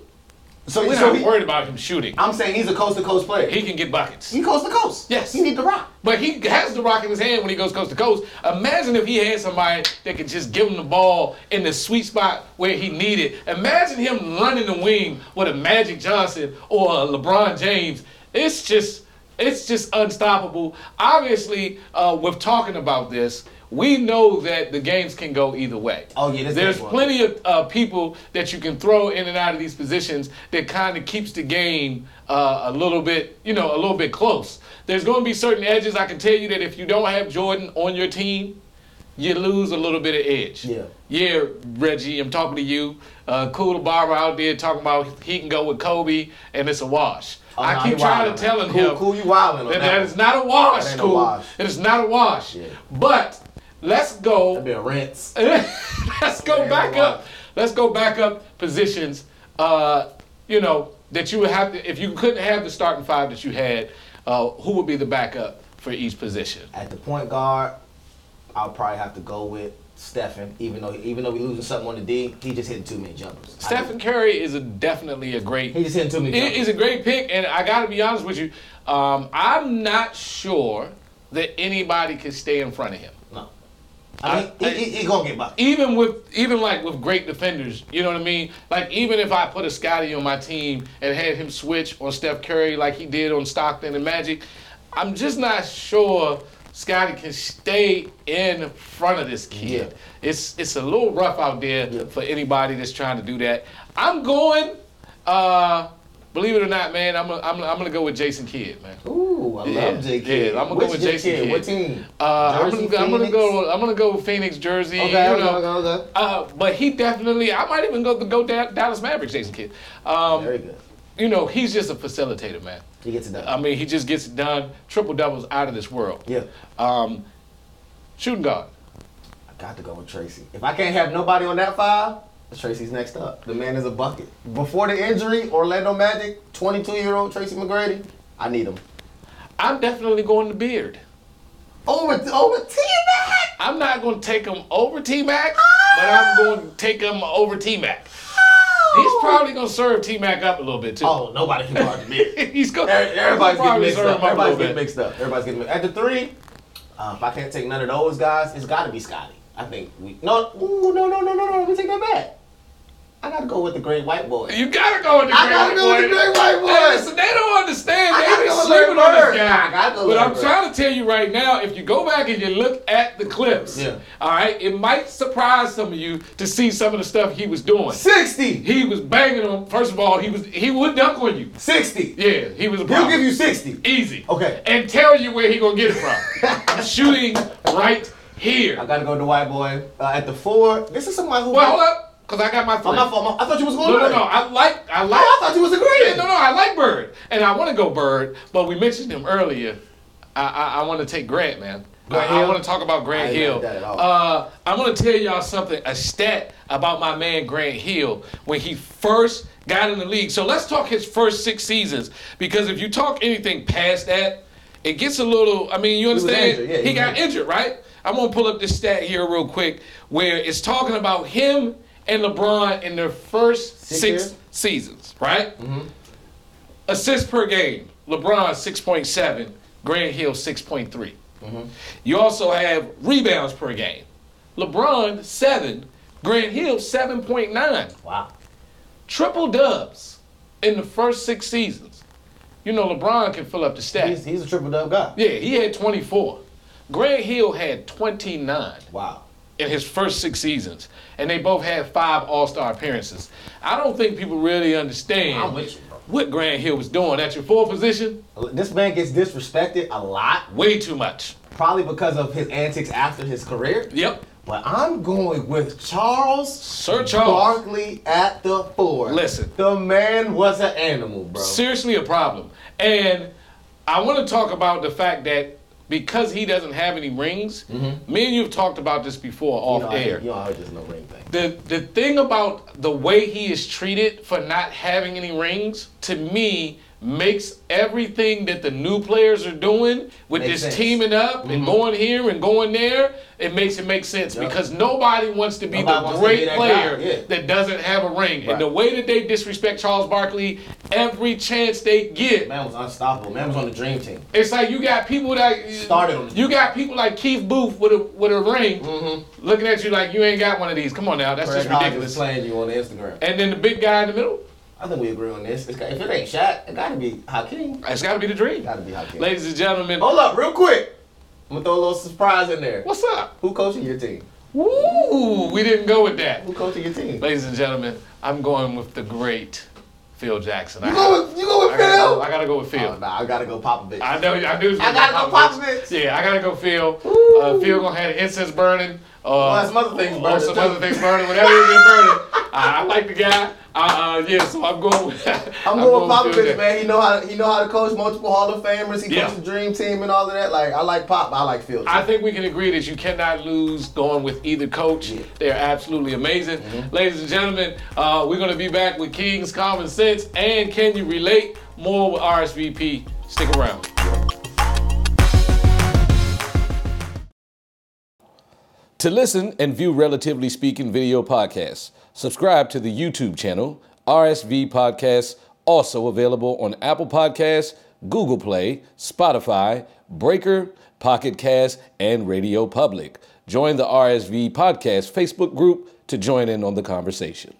So, We're so not he, worried about him shooting. I'm saying he's a coast to coast player. He He, can get buckets. coast to coast. Yes. He need the rock. But he has the rock in his hand when he goes coast to coast. Imagine if he had somebody that could just give him the ball in the sweet spot where he needed. Imagine him running the wing with a Magic Johnson or a LeBron James. It's just, it's just unstoppable. Obviously, uh, with talking about this, we know that the games can go either way. Oh, yeah, this there's game's wild. plenty of uh, people that you can throw in and out of these positions that kind of keeps the game uh, a little bit, you know, a little bit close. There's going to be certain edges. I can tell you that if you don't have Jordan on your team, you lose a little bit of edge. Yeah. Yeah, Reggie, I'm talking to you. Uh, cool Barber out there talking about he can go with Kobe and it's a wash. Oh, I nah, keep he trying wildin', to tell man. him cool, him Cool, you wilding on that, that. that one. is not a wash, That ain't a cool. wash. It is not a wash. Yeah. But let's go. That'd be a rinse. let's go Man, back wow. up. Let's go back up positions. Uh, you know that you would have to, if you couldn't have the starting five that you had. Uh, who would be the backup for each position? At the point guard, I'll probably have to go with Stephen, even though even though we losing something on the D, he just hitting too many jumpers. I Stephen just- Curry is a, definitely a great. he just hitting too many It jumpers. is a great pick, and I got to be honest with you. Um, I'm not sure that anybody could stay in front of him. no. I mean, I- he, he, he gonna get by. even with even like with great defenders, you know what I mean? Like even if I put a Scotty on my team and had him switch on Steph Curry like he did on Stockton and Magic, I'm just not sure Scotty can stay in front of this kid. It's it's a little rough out there Yeah. for anybody that's trying to do that. I'm going uh believe it or not, man, I'm gonna- I'm, gonna- I'm going to go with Jason Kidd, man. Ooh, I Yeah, love J. yeah, Kidd. I'm gonna go Which with J. Jason Kidd. What team? Uh, I'm, Jersey, gonna, I'm gonna Phoenix? go. I'm gonna go Phoenix, Jersey. Okay, you okay, know. okay, okay. Uh, but he definitely. I might even go go Da- Dallas Mavericks, Jason Kidd. Um, Very good. you know, he's just a facilitator, man. He gets it done. I mean, he just gets it done. Triple doubles out of this world. yeah. Um, shooting guard. I got to go with Tracy. If I can't have nobody on that five, Tracy's next up. The man is a bucket. Before the injury, Orlando Magic, 22 year old Tracy McGrady, I need him. I'm definitely going to Beard. Over, over T Mac! I'm not gonna take him over T Mac, but I'm going to take him over T Mac. He's probably gonna serve T Mac up a little bit too. Oh, nobody can guard the mid. he's gonna. Every- Everybody's he'll getting probably mixed serve up. him a little Everybody's getting bit. mixed up. Everybody's getting mixed At the three, uh, if I can't take none of those guys, it's got to be Scotty. I think we. No, ooh, no, no, no, no, no. We take that back. I got to go with the great white boy. You gotta go with the I great gotta white go with the boy. great white boy. Hey, listen, they don't understand. I They gotta been go with sleeping Larry on Bird. this guy. I gotta go with but Larry I'm Bird. trying to tell you right now, if you go back and you look at the clips, Yeah. all right, it might surprise some of you to see some of the stuff he was doing. 60. He was banging on. First of all, he was he would dunk on you. 60. Yeah, he was. A He'll problem. give you 60. easy. Okay. And tell you where he gonna get it from. I'm shooting right here. I gotta go to the white boy uh, at the four. This is somebody who. well, hold up, cause I got my Oh, three. my fault. my- I thought you was going. No, no, there. no. I like. I like. Oh, I thought you was agreeing. Yeah, no, no. I like Bird, and I want to go Bird, but we mentioned him earlier. I I, I want to take Grant, man. Grant I, Hill? want to talk about I Grant ain't Hill. like that at all. Uh, I'm gonna tell y'all something. A stat about my man Grant Hill when he first got in the league. So let's talk his first six seasons, because if you talk anything past that, it gets a little. I mean, you was understand? injured, yeah, he he got was- injured, right? I'm gonna pull up this stat here real quick where it's talking about him and LeBron in their first Six six years? Mm-hmm. seasons, right? Assists per game, LeBron 6.7, Grant Hill 6.3. Mm-hmm. You also have rebounds per game, LeBron 7, Grant Hill 7.9. Wow. Triple dubs in the first six seasons. You know, LeBron can fill up the stats. He's, he's a triple dub guy. Yeah, he had 24. Grant Hill had 29. Wow. in his first six seasons, and they both had five All Star appearances. I don't think people really I'm understand with you, bro. what Grant Hill was doing at your fourth position. This man gets disrespected a lot, Way too much. probably because of his antics after his career. Yep. But I'm going with Charles Sir Charles. Barkley at the four. Listen. the man was an animal, bro. Seriously, a problem. And I want to talk about the fact that because he doesn't have any rings, me and you have talked about this before Mm-hmm. you off know, I- air. you know, I was just no ring thing. the the thing about the way he is treated for not having any rings to me makes everything that the new players are doing with Makes this sense. teaming up and going here and going there it makes it make sense Yup. because nobody wants to be Nobody the wants to be great that player guy, yeah. that doesn't have a ring Right. and the way that they disrespect Charles Barkley every chance they get Man was unstoppable. Man was on the dream team. it's like you got people that Started on- You got people like Keith Booth with a with a ring, Mm-hmm. looking at you like you ain't got one of these. Come on now, that's Craig just Hodges ridiculous. was playing you on Instagram. And then the big guy in the middle, I think we agree on this. It's got, if it ain't Shaq, it gotta be Hakeem. it's got to be the dream. Gotta be Hakeem. Ladies and gentlemen, Hold up, real quick. I'm gonna throw a little surprise in there. what's up? Who coaching your team? Woo, we didn't go with that. Who coaching your team? Ladies and gentlemen, I'm going with the great Phil Jackson. I You go with, you go I with gotta Phil? go- I gotta go with Phil. Oh, nah, I gotta go Popovich. I know, I knew. it was I gonna gotta go Popovich. Yeah, I gotta go Phil. Uh, Phil gonna have incense burning. Uh, and some other things or burning, some too. other things burning. Whatever it is burning. I, I like the guy. Uh, uh, yeah, so I'm going. With, I'm going with Phil with Popovich, Jackson. man. He know how he know how to coach multiple Hall of Famers. He Yeah. coached the Dream Team and all of that. Like I like Pop, but I like Phil. too. I think we can agree that you cannot lose going with either coach. They're absolutely amazing. Ladies and gentlemen, uh, we're going to be back with King's Common Sense and Can You Relate? More with RSVP. Stick around. To listen and view Relatively Speaking video podcasts, subscribe to the YouTube channel, RSV Podcasts, also available on Apple Podcasts, Google Play, Spotify, Breaker, Pocket Cast, and Radio Public. Join the RSV Podcast Facebook group to join in on the conversation.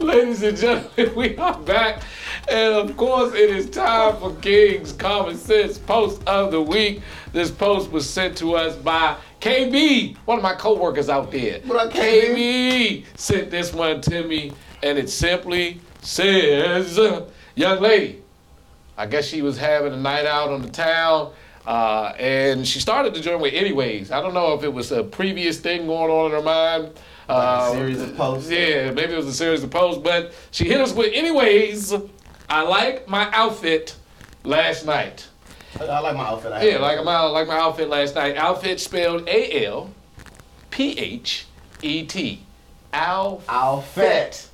Ladies and gentlemen, we are back. And of course, it is time for King's Common Sense Post of the Week. This post was sent to us by KB, one of my co workers out there. What up, KB sent this one to me, and it simply says Young lady, I guess she was having a night out on the town, uh, and she started to join with anyways. I don't know if it was a previous thing going on in her mind. a uh, series of posts. Yeah, maybe it was a series of posts, but she hit us with anyways. I like my outfit last night. I, I like my outfit. I Yeah, have. like my like my outfit last night. Outfit spelled A L P H E T. Al outfit.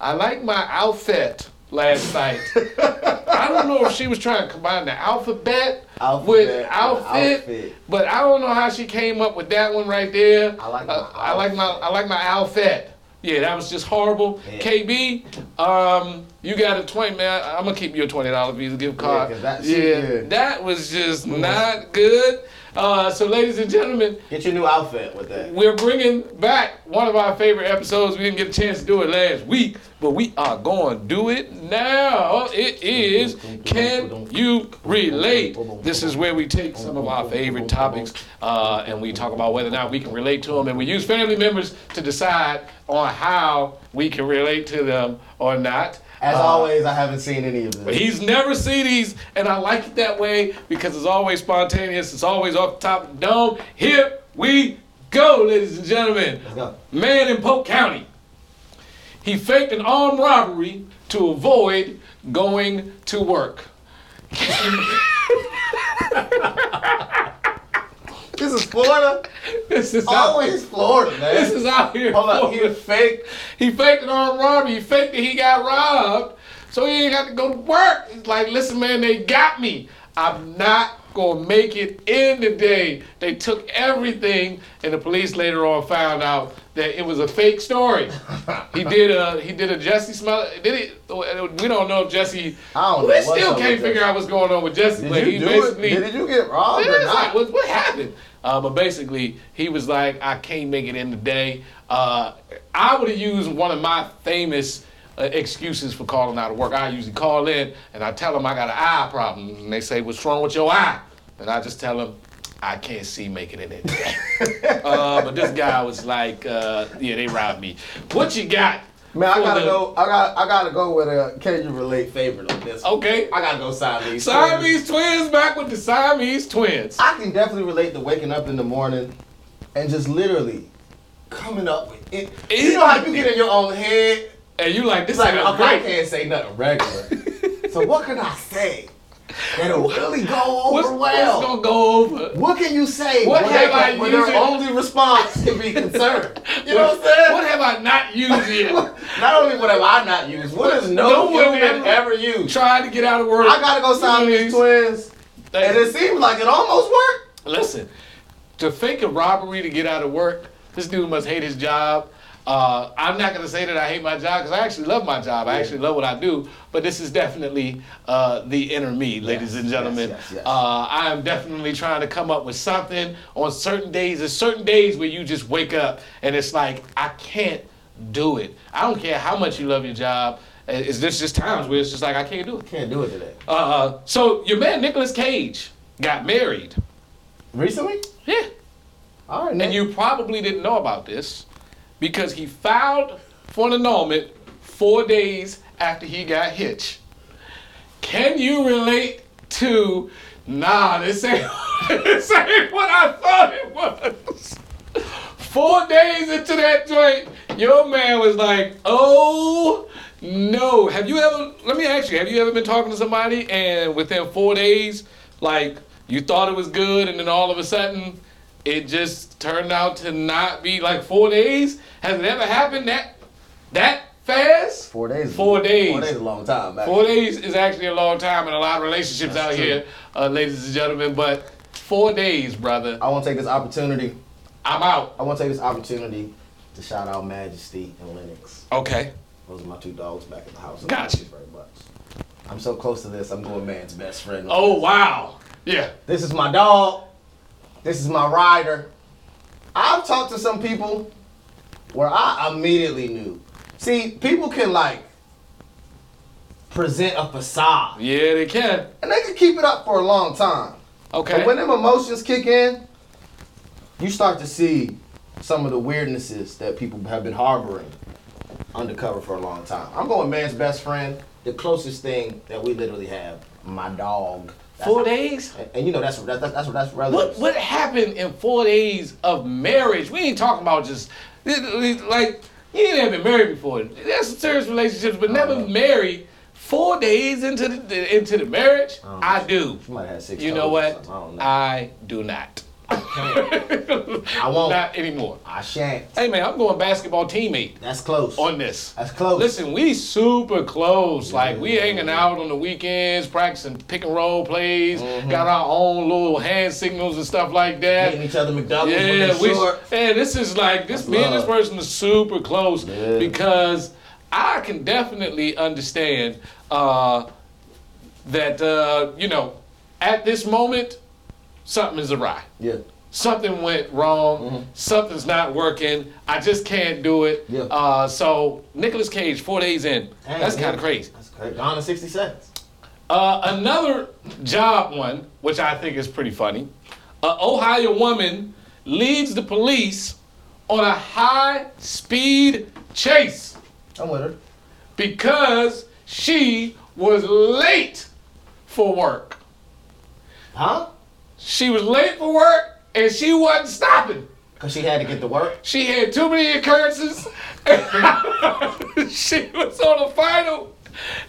I like my outfit last night. I don't know if she was trying to combine the alphabet, Alphabet with with outfit, outfit. but I don't know how she came up with that one right there. I like Uh, my I like my I like my outfit. Yeah, that was just horrible. Yeah. KB, um, you got a twenty man. I'm gonna keep your twenty dollar Visa gift card. 'cause that- she- yeah. Mm. that was just not good. Uh, so, ladies and gentlemen, Get your new outfit with that. we're bringing back one of our favorite episodes. We didn't get a chance to do it last week, but we are going to do it now. It is Can You Relate? This is where we take some of our favorite topics uh, and we talk about whether or not we can relate to them. And we use family members to decide on how we can relate to them or not. As always, I haven't seen any of this. He's never seen these, and I like it that way because it's always spontaneous. It's always off the top of the dome. Here we go, ladies and gentlemen. Let's go. Man in Polk County. He faked an armed robbery to avoid going to work. This is Florida. This is out, Always Florida, man. this is out here. Hold up, Florida. you fake. He faked an armed robbery. He faked that he got robbed, so he ain't got to go to work. He's like, listen, man, they got me. I'm not gonna make it in the day. They took everything, and the police later on found out that it was a fake story. he did a he did a Jesse Smollett. Did it? We don't know if Jesse. I don't know We what's still up can't with figure Jesse. out what's going on with Jesse. Did but he you do it? basically Did you get robbed yeah, or it's like, not? what, what happened? Uh, but basically, he was like, I can't make it in the day. Uh, I would have used one of my famous uh, excuses for calling out of work. I usually call in and I tell them I got an eye problem. And they say, What's wrong with your eye? And I just tell them, I can't see making it in the day. uh, but this guy was like, uh, Yeah, they robbed me. What you got? Man, I for gotta the- go. I got. I gotta go with a can you relate favorite on this. one. Okay. I gotta go Siamese. Siamese twins back with the Siamese twins. I can definitely relate to waking up in the morning and just literally coming up with it. You know how you get in your own head. And you like, This It's like, is okay, I great. can't say nothing regular. so what can I say that'll really go over What's, well? what's gonna go over? what can you say What when, have they can- I when their used it- only response can be concern? You know what I'm saying? What have I not used yet? not only what have I not used, what has no, No one human ever- ever used? Trying to get out of work. I gotta go sign these twins. And it seemed like it almost worked. Listen, to fake a robbery to get out of work, this dude must hate his job. Uh, I'm not gonna say that I hate my job because I actually love my job. I actually love what I do. But this is definitely uh, the inner me, ladies and gentlemen. yes, yes. Uh, I am definitely trying to come up with something on certain days. There's certain days where you just wake up and it's like I can't do it. I don't care how much you love your job. Uh, It's there's just times where it's just like I can't do it. Can't do it today. Uh, so your man Nicolas Cage got married. Recently? Yeah. All right, And you probably didn't know about this because he filed for an annulment four days after he got hitched. Can you relate to, nah, this ain't, this ain't what I thought it was? Four days into that joint, your man was like, oh no. Have you ever, let me ask you, have you ever been talking to somebody and within four days, like, you thought it was good and then all of a sudden, it just turned out to not be like four days? Has it ever happened that, that fast? Four days. is- Four days. Four days is a long time. man. Four days is actually a long time in a lot of relationships out here, uh, ladies and gentlemen. But four days, brother, I want to take this opportunity. I'm out. I want to take this opportunity to shout out Majesty and Lennox. Okay. Those are my two dogs back at the house. I love Gotcha. these Very much. I'm so close to this. I'm going man's best friend. Oh wow. Yeah. This is my dog. This is my rider. I've talked to some people where I immediately knew. See, people can like present a facade, Yeah, they can. and they can keep it up for a long time. Okay. But when them emotions kick in, you start to see some of the weirdnesses that people have been harboring undercover for a long time. I'm going man's best friend, the closest thing that we literally have, my dog. That's- four days. And, and you know that's that's that's that's, that's What relevant. what happened in four days of marriage? We ain't talking about just like you ain't ever been married before. That's serious relationships, but Uh-huh. never married. Four days into the into the marriage, don't know. I do. You might have had six You know toes or what? something, I don't know. I do not. I won't. Not anymore. I shan't. Hey man, I'm going basketball teammate That's close. on this. That's close. Listen, we super close. Like we hanging out on the weekends, practicing pick and roll plays, Mm-hmm. got our own little hand signals and stuff like that. Getting each other McDonald's when Yeah, they're we, short. and this is like this me and this love. person is super close Yeah. because I can definitely understand uh, that uh, you know at this moment something is awry. Yeah. Something went wrong. Mm-hmm. Something's not working. I just can't do it. Yeah. Uh, so Nicolas Cage, four days in. Dang, That's yeah. kind of crazy. That's crazy. Gone in 60 seconds. Uh, another job one, which I think is pretty funny. An Ohio woman leads the police on a high speed chase I'm with her. because she was late for work. Huh? She was late for work and she wasn't stopping. Cause she had to get to work. She had too many occurrences. she was on a final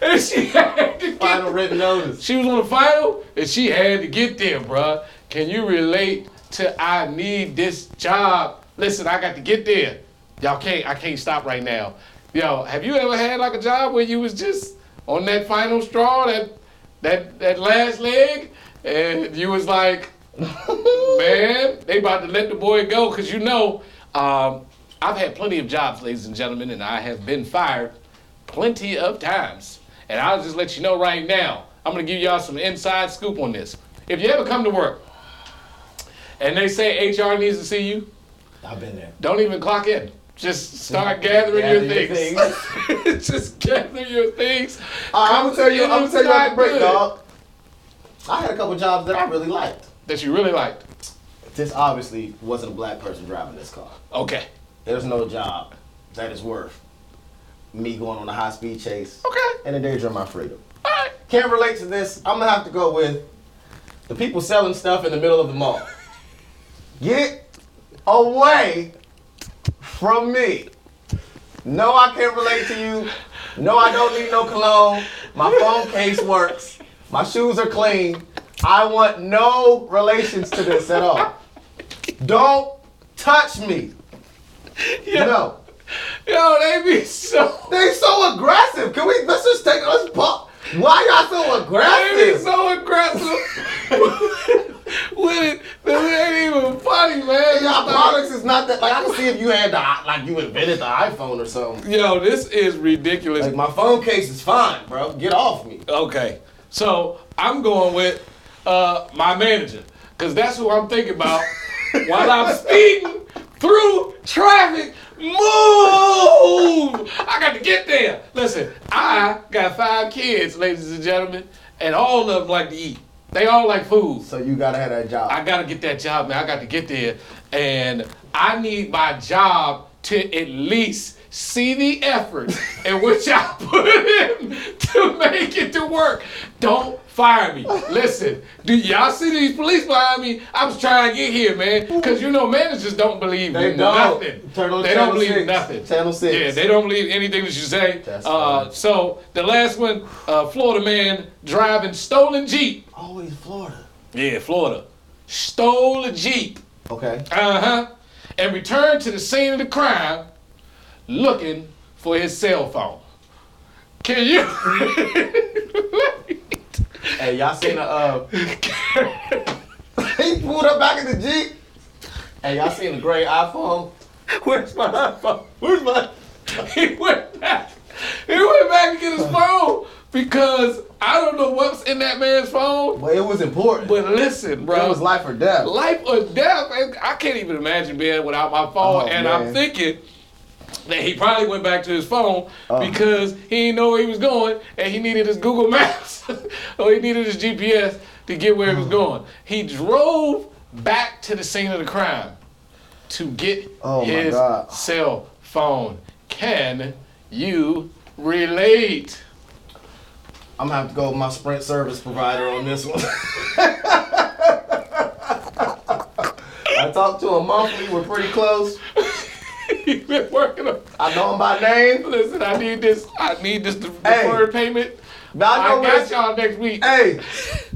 and she had to get Final written notice. She was on the final and she had to get there, bruh. Can you relate to I need this job? Listen, I got to get there. Y'all can't I can't stop right now. Yo, have you ever had like a job where you was just on that final straw, that that that last leg, and you was like, man, they about to let the boy go because you know, um, I've had plenty of jobs, ladies and gentlemen, and I have been fired plenty of times. And I'll just let you know right now, I'm gonna give y'all some inside scoop on this. If you ever come to work and they say HR needs to see you, I've been there. don't even clock in. Just start gathering Gather your your things. Just gather your things. Uh, I'm gonna tell you. I'm gonna tell you after Not break, good. dog. I had a couple jobs that I really liked. That you really liked. This obviously wasn't a black person driving this car. Okay. There's no job that is worth me going on a high speed chase Okay. and endangering my freedom. All right. Can't relate to this. I'm gonna have to go with the people selling stuff in the middle of the mall. Get away from me. No, I can't relate to you. No, I don't need no cologne. My phone case works. My shoes are clean. I want no relations to this at all. Don't touch me. No. Yo, they be so They so aggressive. Can we let's just take let's pop. Why y'all so they be aggressive? so aggressive with it. This ain't even funny, man. Y'all Like, products is not that like I can see if you had the like you invented the iPhone or something. Yo, this is ridiculous. Like my phone case is fine, bro. Get off me. Okay. So I'm going with uh, my manager because that's who I'm thinking about while I'm speeding through traffic. Move! I got to get there. Listen, I got five kids, ladies and gentlemen, and all of them like to eat. They all like food. So you gotta have that job. I gotta get that job, man. I got to get there, and I need my job to at least see the effort in which I put in to make it to work. Don't fire me. Listen, do y'all see these police behind me? I was trying to get here, man, because you know managers don't believe They in don't. nothing. Turn on they don't Channel believe six. nothing. Channel six. Yeah, they don't believe anything that you say. That's uh, fine. so the last one, uh, Florida man driving stolen jeep. Always Florida. Yeah, Florida. Stole a Jeep. Okay. Uh huh. And returned to the scene of the crime looking for his cell phone. Can you? Hey, y'all seen the uh He pulled up back in the Jeep. Hey, y'all seen the gray iPhone? Where's my iPhone? Where's my. he went back. He went back to get his phone because I don't know what's in that man's phone. Well, it was important. But But listen, bro. it was life or death. life or death. and I can't even imagine being without my phone. Oh, and I'm man. thinking that he probably went back to his phone Uh. because he didn't know where he was going and he needed his Google Maps or he needed his GPS to get where he Mm. was going. He drove back to the scene of the crime to get Oh, my his God. cell phone. Can you relate? I'm gonna have to go with my Sprint service provider on this one. I talked to him monthly. We're pretty close. He's been working on. I know him by name. Listen, I need this. I need this deferred Hey. payment. Now I I, know got where- y'all next week. Hey,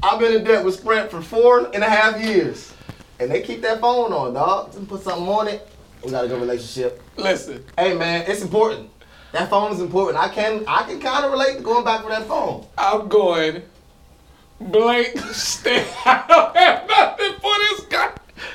I've been in debt with Sprint for four and a half years, and they keep that phone on, dog. Put something on it. We got a good relationship. Listen, Hey, man, it's important. That phone is important. I can I can kind of relate to going back for that phone. I'm going blank stare. I don't have nothing for this guy.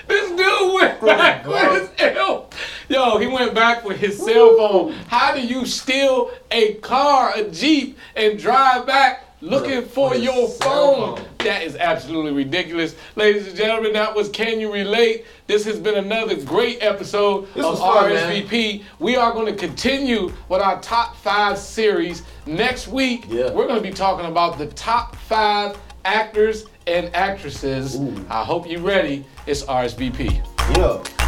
This dude went back with his help. Yo, he went back with his cell phone. How do you steal a car, a Jeep, and drive back looking for his your cell phone? phone. That is absolutely ridiculous. Ladies and gentlemen, that was Can You Relate? This has been another great episode This of was fun, man. RSVP. P. We are going to continue with our top five series next week. Yeah. We're going to be talking about the top five actors and actresses. I hope you're ready. It's RSVP. Yeah.